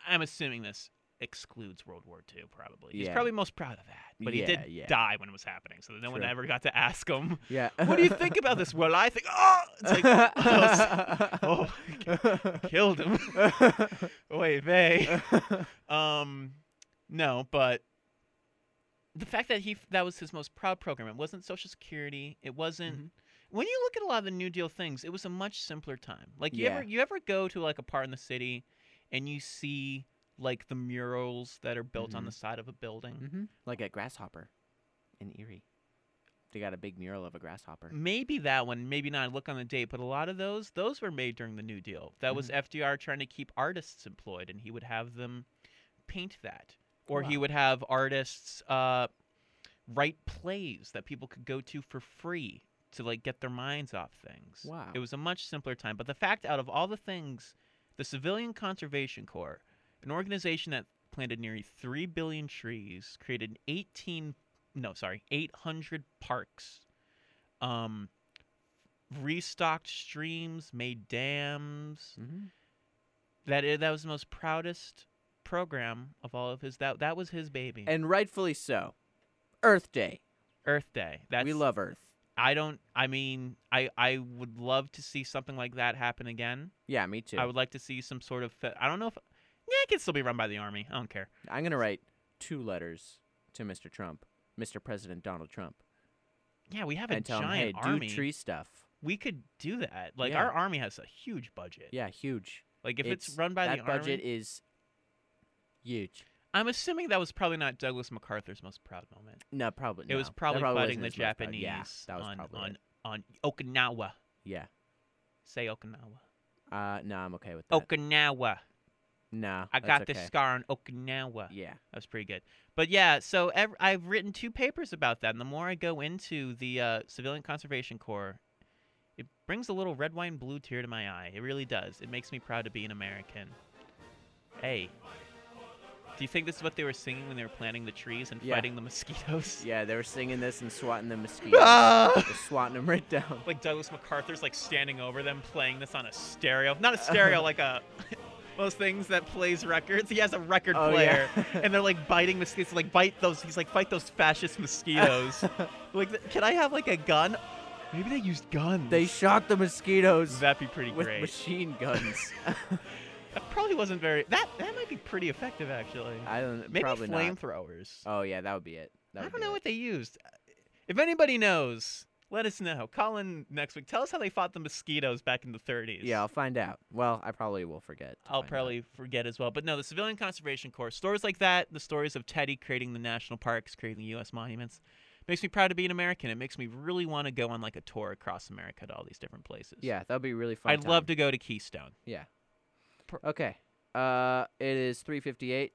Speaker 1: i'm assuming this excludes world war ii probably he's
Speaker 2: Yeah.
Speaker 1: probably most proud of that but he
Speaker 2: Yeah,
Speaker 1: did
Speaker 2: yeah.
Speaker 1: die when it was happening so no one
Speaker 2: True.
Speaker 1: ever got to ask
Speaker 2: [LAUGHS]
Speaker 1: him
Speaker 2: Yeah.
Speaker 1: what do you think about this well i think oh it's like
Speaker 2: [LAUGHS]
Speaker 1: oh, oh killed him [LAUGHS] wait they um, no, but the fact that he f- that was his most proud program. It wasn't Social Security. It wasn't.
Speaker 2: Mhm.
Speaker 1: When you look at a lot of the New Deal things, it was a much simpler time. Like you ever
Speaker 2: Yeah.
Speaker 1: you ever go to like a part in the city, and you see like the murals that are built on
Speaker 2: Mhm.
Speaker 1: the side of a building.
Speaker 2: hmm Like a grasshopper in Erie. They got a big mural of a grasshopper.
Speaker 1: Maybe that one, maybe not. Look on the date, but a lot of those those were made during the New Deal. That
Speaker 2: Mm-hmm.
Speaker 1: was FDR trying to keep artists employed, and he would have them paint that, or he
Speaker 2: Wow.
Speaker 1: would have artists uh, write plays that people could go to for free to like get their minds off things.
Speaker 2: Wow.
Speaker 1: It was a much simpler time. But the fact, out of all the things, the Civilian Conservation Corps, an organization that planted nearly three billion trees, created eighteen no sorry eight hundred parks um restocked streams made dams
Speaker 2: Mm-hmm.
Speaker 1: that i- that was the most proudest program of all of his that that was his baby
Speaker 2: And rightfully so. Earth Day.
Speaker 1: earth day that's
Speaker 2: we love Earth.
Speaker 1: i don't i mean i i would love to see something like that happen again
Speaker 2: Yeah, me too.
Speaker 1: i would like to see some sort of fe- i don't know if yeah it can still be run by the army i don't care
Speaker 2: I'm gonna write two letters to Mr. Trump, Mr. President Donald Trump,
Speaker 1: yeah we have a
Speaker 2: and tell him, hey,
Speaker 1: giant army
Speaker 2: do tree stuff.
Speaker 1: we could do that like
Speaker 2: Yeah.
Speaker 1: our army has a huge budget
Speaker 2: Yeah, huge.
Speaker 1: like if it's, run by
Speaker 2: that
Speaker 1: the army
Speaker 2: budget is huge.
Speaker 1: i'm assuming that was probably not douglas macarthur's most proud moment
Speaker 2: No, probably.
Speaker 1: It was
Speaker 2: no. That
Speaker 1: probably, fighting
Speaker 2: wasn't
Speaker 1: the
Speaker 2: his most proud-
Speaker 1: Japanese
Speaker 2: Yeah, that was
Speaker 1: on,
Speaker 2: probably
Speaker 1: on,
Speaker 2: it.
Speaker 1: on Okinawa.
Speaker 2: Yeah.
Speaker 1: Say Okinawa.
Speaker 2: Uh, no, I'm okay with that.
Speaker 1: Okinawa.
Speaker 2: No,
Speaker 1: I
Speaker 2: that's
Speaker 1: got
Speaker 2: okay.
Speaker 1: this scar on Okinawa.
Speaker 2: Yeah.
Speaker 1: That was pretty good. But yeah, so ev- I've written two papers about that. And the more I go into the uh, Civilian Conservation Corps, it brings a little red, wine, blue tear to my eye. It really does. It makes me proud to be an American. Hey. Do you think this is what they were singing when they were planting the trees and
Speaker 2: Yeah.
Speaker 1: fighting the
Speaker 2: [LAUGHS]
Speaker 1: mosquitoes?
Speaker 2: Yeah, they were singing this and swatting the mosquitoes.
Speaker 1: [LAUGHS] Ah!
Speaker 2: Just swatting them right down.
Speaker 1: like Douglas MacArthur's like standing over them playing this on a stereo. Not a
Speaker 2: [LAUGHS]
Speaker 1: stereo, like a [LAUGHS] one of those things that plays records. He has a record
Speaker 2: Oh, yeah.
Speaker 1: player,
Speaker 2: [LAUGHS]
Speaker 1: and they're like biting mosquitoes. Like bite those. He's like fight those fascist
Speaker 2: [LAUGHS]
Speaker 1: mosquitoes. like, th- can I have like a gun? Maybe they used guns.
Speaker 2: They shot the
Speaker 1: [LAUGHS]
Speaker 2: mosquitoes
Speaker 1: That'd be pretty
Speaker 2: with
Speaker 1: great. [LAUGHS]
Speaker 2: machine guns.
Speaker 1: That probably wasn't very. That that might be pretty effective actually.
Speaker 2: I don't.
Speaker 1: Maybe
Speaker 2: probably not.
Speaker 1: flamethrowers.
Speaker 2: Oh yeah, that would be it. That
Speaker 1: I
Speaker 2: would
Speaker 1: don't
Speaker 2: be
Speaker 1: know
Speaker 2: it.
Speaker 1: what they used. If anybody knows, let us know. Call in next week. Tell us how they fought the mosquitoes back in the 30s.
Speaker 2: Yeah, I'll find out. Well, I probably will forget. to
Speaker 1: I'll
Speaker 2: find out.
Speaker 1: probably forget as well. But no, the Civilian Conservation Corps, stories like that, the stories of Teddy creating the national parks, creating the U.S. monuments, makes me proud to be an American. It makes me really want to go on like a tour across America to all these different places.
Speaker 2: Yeah, that'd be really fun.
Speaker 1: I'd love to go to Keystone.
Speaker 2: Yeah.
Speaker 1: Per-
Speaker 2: Okay. Uh, it is 3:58.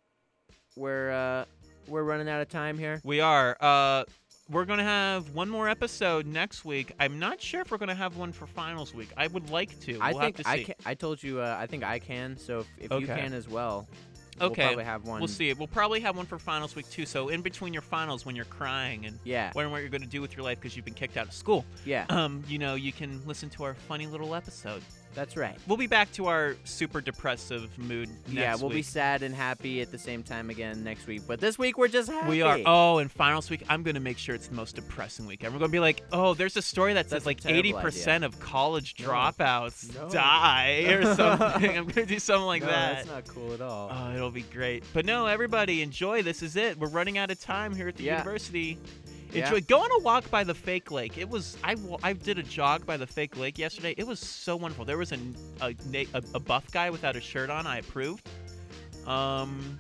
Speaker 2: We're uh, we're running out of time here.
Speaker 1: We are. Uh, we're going to have one more episode next week. I'm not sure if we're going to have one for finals week. I would like to.
Speaker 2: I
Speaker 1: We'll
Speaker 2: think
Speaker 1: have to see.
Speaker 2: I can, I told you uh, I think I can. So if, if you
Speaker 1: Okay.
Speaker 2: can as well, we'll
Speaker 1: Okay,
Speaker 2: probably have one.
Speaker 1: We'll see. We'll probably have one for finals week too. So in between your finals, when you're crying and
Speaker 2: Yeah,
Speaker 1: wondering what you're going to do with your life because you've been kicked out of school,
Speaker 2: yeah,
Speaker 1: um, you know, you can listen to our funny little episode. [LAUGHS]
Speaker 2: that's right.
Speaker 1: We'll be back to our super depressive mood. Next
Speaker 2: yeah, we'll be
Speaker 1: week.
Speaker 2: sad and happy at the same time again next week. But this week we're just happy.
Speaker 1: We are. Oh, and finals week, I'm gonna make sure it's the most depressing week. ever. We're gonna be like, oh, there's a story that
Speaker 2: That's
Speaker 1: says
Speaker 2: a
Speaker 1: like
Speaker 2: terrible
Speaker 1: 80% of college
Speaker 2: No.
Speaker 1: dropouts
Speaker 2: No.
Speaker 1: die
Speaker 2: [LAUGHS]
Speaker 1: or something. [LAUGHS] I'm gonna do something like
Speaker 2: no,
Speaker 1: that.
Speaker 2: That's not cool at all.
Speaker 1: Oh, it'll be great. But no, everybody, enjoy. This is it. We're running out of time here at the
Speaker 2: Yeah.
Speaker 1: university.
Speaker 2: Yeah.
Speaker 1: Enjoy. Go on a walk by the fake lake. It was I, wa- I did a jog by the fake lake yesterday. It was so wonderful. There was a a, na- a a buff guy without a shirt on. I approved. Um,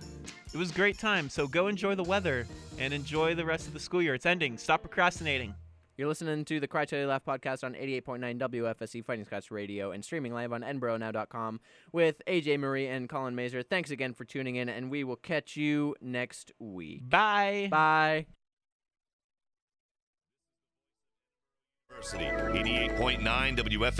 Speaker 1: it was a great time. So go enjoy the weather and enjoy the rest of the school year. It's ending. Stop procrastinating.
Speaker 2: You're listening to the Cry Till You Laugh podcast on 88.9 WFSC Fighting Scots Radio and streaming live on NBroNow.com with AJ Marie and Colin Mazer. Thanks again for tuning in, and we will catch you next week.
Speaker 1: Bye.
Speaker 2: Bye.
Speaker 4: University, 88.9 WF.